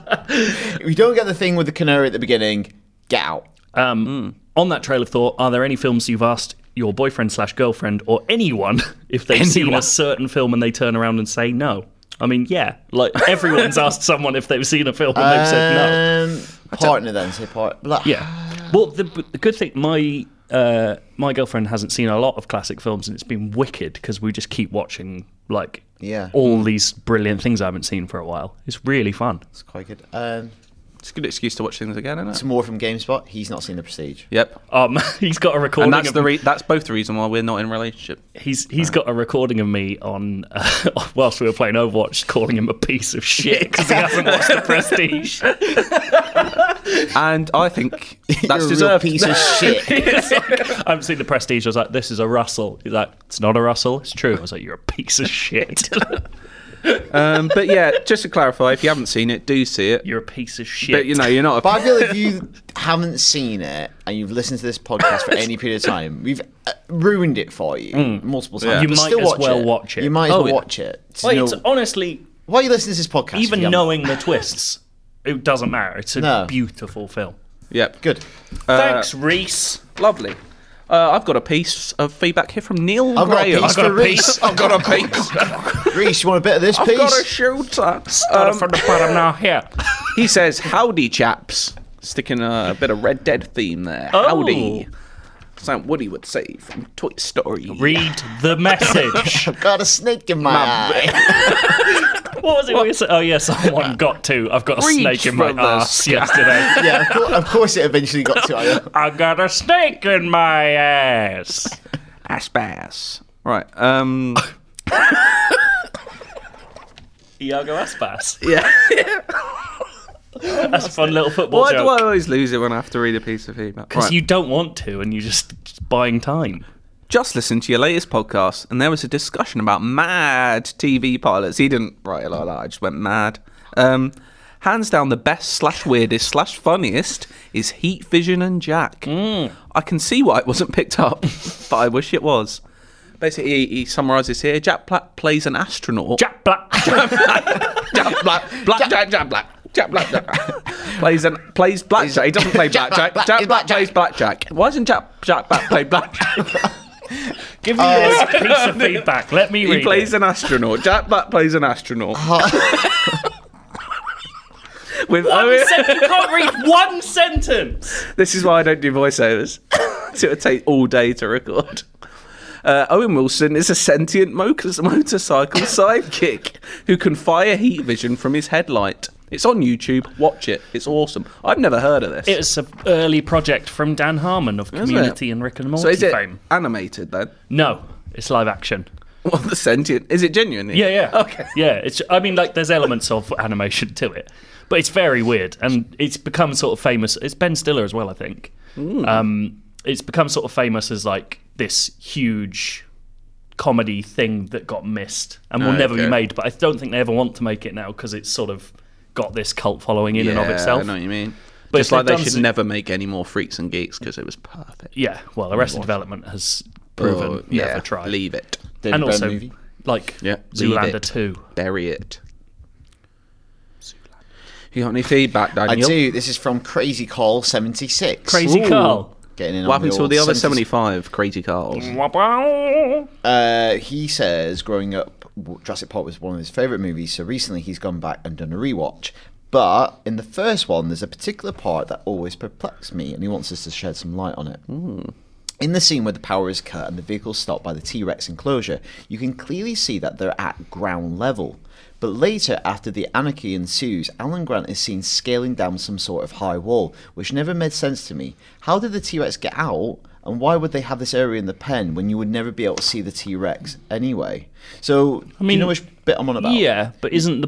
Speaker 3: you don't get the thing with the canary at the beginning, get out.
Speaker 1: Um, On that trail of thought, are there any films you've asked your boyfriend slash girlfriend or anyone if they've seen a
Speaker 2: Anyone.
Speaker 1: certain film and they turn around and say no? I mean, yeah, like everyone's asked someone if they've seen a film and they've said
Speaker 2: Uh,
Speaker 1: no.
Speaker 3: Um, partner then, say part. Like,
Speaker 1: Yeah. Well, the, the good thing, my uh, my girlfriend hasn't seen a lot of classic films and it's been wicked because we just keep watching like
Speaker 3: Yeah.
Speaker 1: all these brilliant things I haven't seen for a while. It's really fun.
Speaker 3: it's quite good. Um,
Speaker 2: It's a good excuse to watch things again, isn't it?
Speaker 3: Some more from GameSpot. He's not seen The Prestige.
Speaker 2: Yep.
Speaker 1: Um, he's got a recording.
Speaker 2: And that's
Speaker 1: of
Speaker 2: the re- that's both the reason why we're not in a relationship.
Speaker 1: he's he's got a recording of me on uh, whilst we were playing Overwatch, calling him a piece of shit because he hasn't watched The Prestige.
Speaker 2: And I think
Speaker 3: You're a
Speaker 2: that's
Speaker 3: real
Speaker 2: deserved.
Speaker 3: piece of shit.
Speaker 1: It's like, I haven't seen The Prestige. I was like, this is a Russell. He's like, it's not a Russell. It's true. I was like, you're a piece of shit.
Speaker 2: um, but yeah, just to clarify, if you haven't seen it, do see it.
Speaker 1: you're a piece of shit.
Speaker 2: but you know, you're not. A,
Speaker 3: But I feel if you haven't seen it and you've listened to this podcast for any period of time, we've uh, ruined it for you multiple times.
Speaker 2: Yeah. You
Speaker 3: But
Speaker 1: Mm. might
Speaker 3: still
Speaker 1: as
Speaker 3: watch
Speaker 1: well
Speaker 3: it.
Speaker 1: watch it.
Speaker 3: You might as
Speaker 2: Oh,
Speaker 3: well
Speaker 2: yeah.
Speaker 3: watch it. to
Speaker 1: Like,
Speaker 3: know-
Speaker 1: it's honestly,
Speaker 3: why are you listening to this podcast? if you
Speaker 1: even
Speaker 3: haven't-
Speaker 1: knowing the twists, it doesn't matter. It's a
Speaker 3: No.
Speaker 1: beautiful film.
Speaker 2: yep.
Speaker 3: Good.
Speaker 2: Uh,
Speaker 1: Thanks, Reese.
Speaker 2: Lovely. Uh, I've got a piece of feedback here from Neil
Speaker 3: I've got a
Speaker 2: Graham.
Speaker 3: piece
Speaker 1: got a
Speaker 3: for Reese.
Speaker 1: piece.
Speaker 2: I've got a piece.
Speaker 3: Reese, you want a bit of this
Speaker 2: I've
Speaker 3: piece?
Speaker 2: got a shooter.
Speaker 1: Got it
Speaker 2: Um,
Speaker 1: from the bottom now. Here.
Speaker 2: he says, "Howdy, chaps." Sticking a, bit of Red Dead theme there. Howdy. Sound Woody would say from Toy Story.
Speaker 1: Read the message.
Speaker 3: Got a snake in my eye.
Speaker 1: What was it? we said? Oh yeah, someone got to. I've got a
Speaker 2: Reach
Speaker 1: snake in my
Speaker 2: for the
Speaker 1: ass
Speaker 2: sky.
Speaker 1: yesterday.
Speaker 3: yeah, of course, of course it eventually got to I
Speaker 1: I got a snake in my ass.
Speaker 2: Aspas. Right. Um.
Speaker 1: Iago Aspas.
Speaker 2: yeah.
Speaker 1: That's a fun little football
Speaker 2: Why do I
Speaker 1: joke.
Speaker 2: always lose it when I have to read a piece of feedback?
Speaker 1: Because
Speaker 2: Right.
Speaker 1: you don't want to, and you're just buying time.
Speaker 2: just listened to your latest podcast, and there was a discussion about mad TV pilots. He didn't write it like that. I just went mad. Um, hands down, the best slash weirdest slash funniest is Heat Vision and Jack. I can see why it wasn't picked up, but I wish it was. Basically, he, he summarises here: Jack Black plays an astronaut.
Speaker 1: Jack Black.
Speaker 2: Jack Black, Black Jack, Jack Black. Jack Black Jack. plays an plays blackjack. He doesn't play
Speaker 3: Jack
Speaker 2: blackjack.
Speaker 3: Black,
Speaker 2: Jack
Speaker 3: he's
Speaker 2: Black
Speaker 3: blackjack.
Speaker 2: plays blackjack. Why doesn't Jack Jack Black play blackjack?
Speaker 1: Give me this piece of feedback. Let me read.
Speaker 2: He plays
Speaker 1: it.
Speaker 2: an astronaut. Jack Black plays an astronaut.
Speaker 1: Oh.
Speaker 2: With
Speaker 1: One
Speaker 2: Owen,
Speaker 1: sen- you can't read one sentence.
Speaker 2: this is why I don't do voiceovers. it would take all day to record. Uh, Owen Wilson is a sentient mo- motorcycle sidekick who can fire heat vision from his headlight. It's on YouTube. Watch it. It's awesome. I've never heard of this.
Speaker 1: It was an early project from Dan Harmon of
Speaker 2: it?
Speaker 1: Community and Rick and Morty
Speaker 2: so is it
Speaker 1: fame.
Speaker 2: animated then?
Speaker 1: No, it's live action.
Speaker 2: Well, the sentient is it genuine?
Speaker 1: Yeah, yeah.
Speaker 2: Okay.
Speaker 1: Yeah, it's. I mean, like, there's elements of animation to it, but it's very weird, and it's become sort of famous. It's Ben Stiller as well, I think.
Speaker 2: Hmm.
Speaker 1: Um, it's become sort of famous as like this huge comedy thing that got missed and will never be
Speaker 2: Ah, Okay.
Speaker 1: made. But I don't think they ever want to make it now because it's sort of got this cult following in and of
Speaker 2: Yeah,
Speaker 1: itself.
Speaker 2: I know what you mean.
Speaker 1: But
Speaker 2: Just
Speaker 1: if
Speaker 2: like
Speaker 1: they've
Speaker 2: they
Speaker 1: done
Speaker 2: should
Speaker 1: s-
Speaker 2: never make any more Freaks and Geeks because it was perfect.
Speaker 1: Yeah. Well, Arrested Development has proven
Speaker 2: Oh,
Speaker 1: never tried.
Speaker 2: Leave it.
Speaker 3: David
Speaker 1: and
Speaker 3: Byrne
Speaker 1: also,
Speaker 3: movie.
Speaker 1: like
Speaker 2: Yeah, leave
Speaker 1: Zoolander
Speaker 2: it.
Speaker 1: two.
Speaker 2: Bury it. You got any feedback,
Speaker 3: I
Speaker 2: Daniel?
Speaker 3: do. This is from Crazy Call 76.
Speaker 1: Crazy
Speaker 2: Ooh.
Speaker 1: Carl.
Speaker 3: Getting in
Speaker 2: What
Speaker 3: on
Speaker 2: happened to
Speaker 3: old
Speaker 2: the other
Speaker 3: 70s?
Speaker 2: 75 crazy Carls?
Speaker 3: Uh, he says growing up, w- Jurassic Park was one of his favourite movies, so recently he's gone back and done a rewatch. But in the first one, there's a particular part that always perplexed me, and he wants us to shed some light on it. In the scene where the power is cut and the vehicle's stopped by the T Rex enclosure, you can clearly see that they're at ground level. But later, after the anarchy ensues, Alan Grant is seen scaling down some sort of high wall, which never made sense to me. How did the T Rex get out, and why would they have this area in the pen when you would never be able to see the T Rex anyway? So, do
Speaker 1: mean,
Speaker 3: you know which bit I'm on about?
Speaker 1: Yeah, but isn't the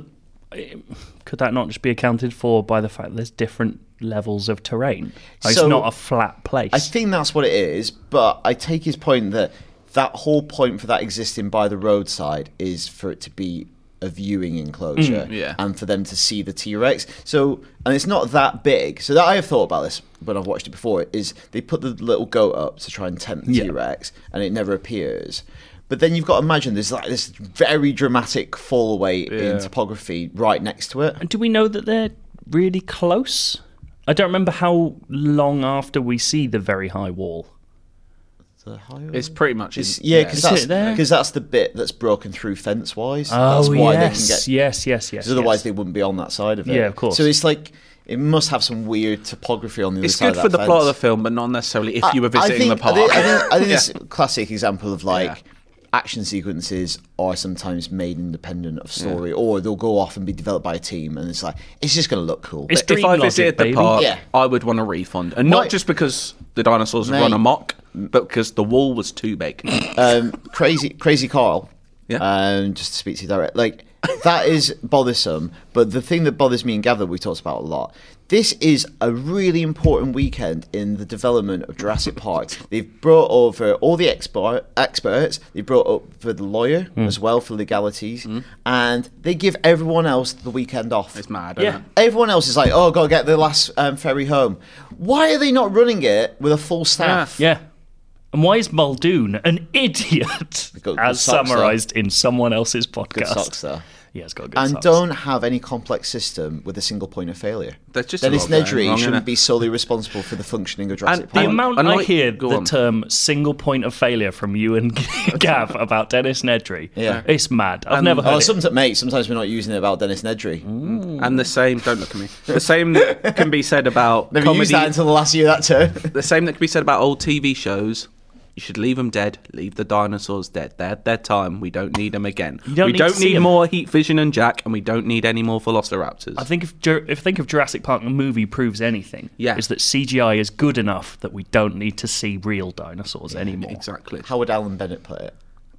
Speaker 1: could that not just be accounted for by the fact there's different levels of terrain? Like,
Speaker 3: So-
Speaker 1: it's not a flat place.
Speaker 3: I think that's what it is, but I take his point that that whole point for that existing by the roadside is for it to be a viewing enclosure
Speaker 2: yeah.
Speaker 3: and for them to see the T Rex. So, and it's not that big. So, that I have thought about this when I've watched it before is they put the little goat up to try and tempt the
Speaker 1: Yeah.
Speaker 3: T Rex and it never appears. But then you've got to imagine there's like this very dramatic fall away in topography right next to it.
Speaker 1: Do we know that they're really close? I don't remember how long after we see the very high wall.
Speaker 3: The higher-
Speaker 2: It's pretty much.
Speaker 3: It's- yeah, because
Speaker 1: Is it
Speaker 3: that's
Speaker 1: there? Oh,
Speaker 3: because that's the bit that's broken through fence wise. that's why they can
Speaker 1: yes,
Speaker 3: get.
Speaker 1: yes, yes.
Speaker 3: Because otherwise
Speaker 1: yes.
Speaker 3: they wouldn't be on that side of it.
Speaker 1: Yeah, of course.
Speaker 3: So it's like it must have some weird topography on the
Speaker 2: it's
Speaker 3: other
Speaker 2: good
Speaker 3: side.
Speaker 2: for
Speaker 3: of
Speaker 2: the
Speaker 3: that
Speaker 2: plot of the
Speaker 3: fence.
Speaker 2: film, but not necessarily if you were
Speaker 3: I- I
Speaker 2: visiting
Speaker 3: think-
Speaker 2: the park.
Speaker 3: I think, I think, I think it's a classic example of like action sequences are sometimes made independent of story, or they'll go off and be developed by a team, and it's like it's just going to look cool.
Speaker 1: It's
Speaker 3: But-
Speaker 2: if
Speaker 1: Dream
Speaker 2: I
Speaker 1: logic,
Speaker 2: visited the
Speaker 1: baby.
Speaker 2: park,
Speaker 3: Yeah.
Speaker 2: I would want a refund, and
Speaker 3: Mate.
Speaker 2: not just because the dinosaurs have run
Speaker 3: Mate.
Speaker 2: amok, but because the wall was too big.
Speaker 3: um, crazy, crazy Carl.
Speaker 2: Yeah.
Speaker 3: Um, just to speak to you direct, like that is bothersome. But the thing that bothers me and Gav that we talked about a lot. This is a really important weekend in the development of Jurassic Park. They've brought over all the expert, experts. They brought up for the lawyer as well for legalities, and they give everyone else the weekend off.
Speaker 2: it's mad.
Speaker 1: Yeah.
Speaker 2: Isn't it?
Speaker 3: Everyone else is like, "Oh, gotta get the last um, ferry home." Why are they not running it with a full staff?
Speaker 1: Yeah. And why is Muldoon an idiot?
Speaker 3: got good
Speaker 1: As
Speaker 3: socks, though.
Speaker 1: summarised in someone else's podcast.
Speaker 3: Good socks there.
Speaker 1: Yeah, it's got good
Speaker 3: and
Speaker 1: socks.
Speaker 3: don't have any complex system with a single point of failure.
Speaker 2: There's just
Speaker 3: then
Speaker 2: a
Speaker 3: its
Speaker 2: lot going
Speaker 3: Nedry
Speaker 2: wrong,
Speaker 3: shouldn't
Speaker 2: innit?
Speaker 3: be solely responsible for the functioning of
Speaker 2: And
Speaker 3: Jurassic
Speaker 2: the
Speaker 1: The
Speaker 3: Park.
Speaker 1: amount
Speaker 2: and
Speaker 1: I
Speaker 2: like-
Speaker 1: hear
Speaker 2: go
Speaker 1: the
Speaker 2: on.
Speaker 1: term single point of failure from you and Gav about Dennis Nedry,
Speaker 3: Yeah.
Speaker 1: it's mad. I've
Speaker 2: And-
Speaker 1: never heard
Speaker 3: oh,
Speaker 1: it.
Speaker 3: sometimes, mate, sometimes we're not using it about Dennis
Speaker 2: Mm.
Speaker 3: Nedry.
Speaker 2: And the same. Don't look at me. The same can be said about
Speaker 3: Never
Speaker 2: comedy.
Speaker 3: used that until the last year that term.
Speaker 2: the same that can be said about old TV shows. You should leave them dead. Leave the dinosaurs dead. They had their time. We don't need them again.
Speaker 1: don't
Speaker 2: we
Speaker 1: need to
Speaker 2: don't
Speaker 1: see
Speaker 2: need
Speaker 1: 'em.
Speaker 2: more Heat Vision and Jack, and we don't need any more Velociraptors.
Speaker 1: I think if, Jur- if think if Jurassic Park the movie proves anything,
Speaker 2: Yeah.
Speaker 1: is that CGI is good enough that we don't need to see real dinosaurs anymore.
Speaker 2: exactly.
Speaker 3: How would Alan Bennett put it?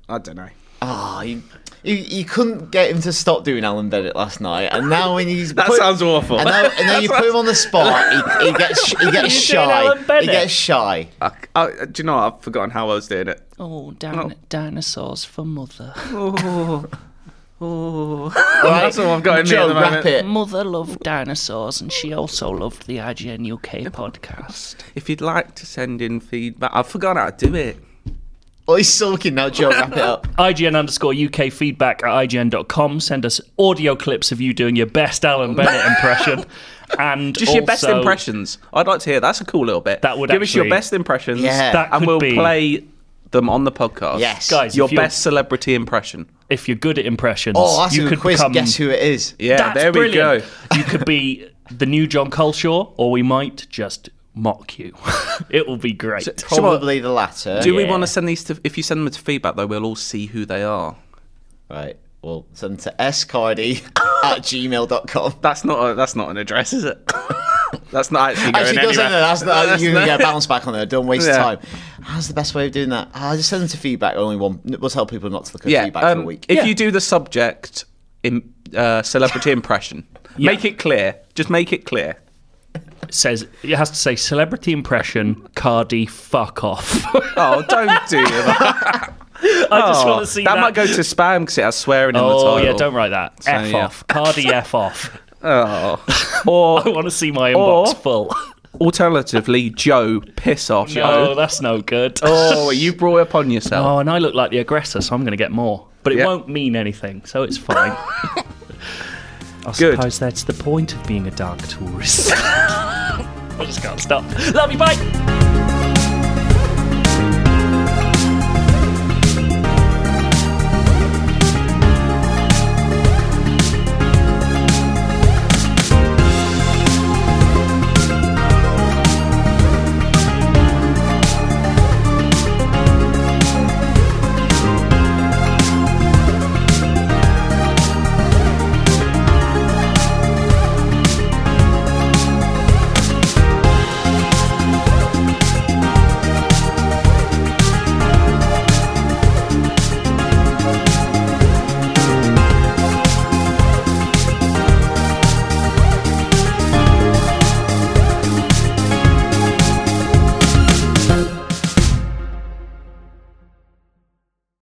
Speaker 2: I don't know.
Speaker 3: Ah, you, you, you couldn't get him to stop doing Alan Bennett last night, and now when he's
Speaker 2: That sounds awful.
Speaker 3: And now, and now you put him on the spot, he, he gets he
Speaker 1: You're
Speaker 3: gets
Speaker 1: doing
Speaker 3: shy.
Speaker 1: Alan
Speaker 3: He
Speaker 1: Bennett.
Speaker 3: gets shy.
Speaker 2: I, I, do you know? what? I've forgotten how I was doing it.
Speaker 1: Oh, damn it, dinosaurs for mother.
Speaker 3: All right?
Speaker 2: That's all I've got in me at
Speaker 3: Joe,
Speaker 2: the
Speaker 3: wrap
Speaker 2: moment.
Speaker 3: it.
Speaker 1: Mother loved dinosaurs, and she also loved the IGN UK podcast.
Speaker 2: If you'd like to send in feedback, I've forgotten how to do it.
Speaker 3: Oh, he's sulking now. Joe, wrap it up.
Speaker 1: IGN underscore UK feedback at IGN.com. Send us audio clips of you doing your best Alan Bennett impression. And
Speaker 2: Just your best
Speaker 1: also-
Speaker 2: impressions. I'd like to hear. That's a cool little bit.
Speaker 1: That would
Speaker 2: give us your
Speaker 1: actually-
Speaker 2: best impressions.
Speaker 3: Yeah. That
Speaker 2: and
Speaker 1: could
Speaker 2: we'll
Speaker 1: be-
Speaker 2: play them on the podcast.
Speaker 3: Yes.
Speaker 1: Guys,
Speaker 2: your
Speaker 1: if you're-
Speaker 2: best celebrity impression.
Speaker 1: If you're good at impressions,
Speaker 3: Oh, that's
Speaker 1: you
Speaker 3: a
Speaker 1: could
Speaker 3: quiz.
Speaker 1: become.
Speaker 3: Guess who it is?
Speaker 2: Yeah,
Speaker 1: That's
Speaker 2: there we
Speaker 1: brilliant.
Speaker 2: go.
Speaker 1: you could be the new John Coleshaw, or we might just mock you. it will be great.
Speaker 3: Probably the latter.
Speaker 2: Do we
Speaker 1: Yeah.
Speaker 2: want to send these to? If you send them to feedback, though, we'll all see who they are.
Speaker 3: Right. Well, send to scardy at gmail.com.
Speaker 2: That's not. A, that's not an address, is it? that's not actually going
Speaker 3: Actually,
Speaker 2: anywhere.
Speaker 3: doesn't That's not, you can get a bounce back on there. Don't waste
Speaker 2: Yeah.
Speaker 3: time. How's the best way of doing that? I just send them to feedback. Only one. We'll tell people not to look at
Speaker 2: yeah.
Speaker 3: feedback
Speaker 2: um,
Speaker 3: for a week.
Speaker 2: If
Speaker 1: Yeah.
Speaker 2: you do the subject in uh, celebrity impression, make it clear. Just make it clear.
Speaker 1: It says it has to say celebrity impression. Cardi, fuck off.
Speaker 2: Oh, don't do that.
Speaker 1: I just
Speaker 2: Oh,
Speaker 1: want to see that.
Speaker 2: might go to spam because it has swearing in the
Speaker 1: Oh
Speaker 2: title.
Speaker 1: yeah, don't write that. F
Speaker 2: yeah.
Speaker 1: off, Cardi. F off.
Speaker 2: Oh. Or
Speaker 1: I want to see my inbox
Speaker 2: Or-
Speaker 1: full.
Speaker 2: alternatively, Joe, piss off,
Speaker 1: No,
Speaker 2: Joe.
Speaker 1: that's no good.
Speaker 2: Oh, you brought it upon yourself.
Speaker 1: Oh, and I look like the aggressor, so I'm going to get more. But it
Speaker 2: Yeah.
Speaker 1: won't mean anything, so it's fine. I
Speaker 2: Good.
Speaker 1: suppose that's the point of being a dark tourist. I just can't stop. Love you, bye.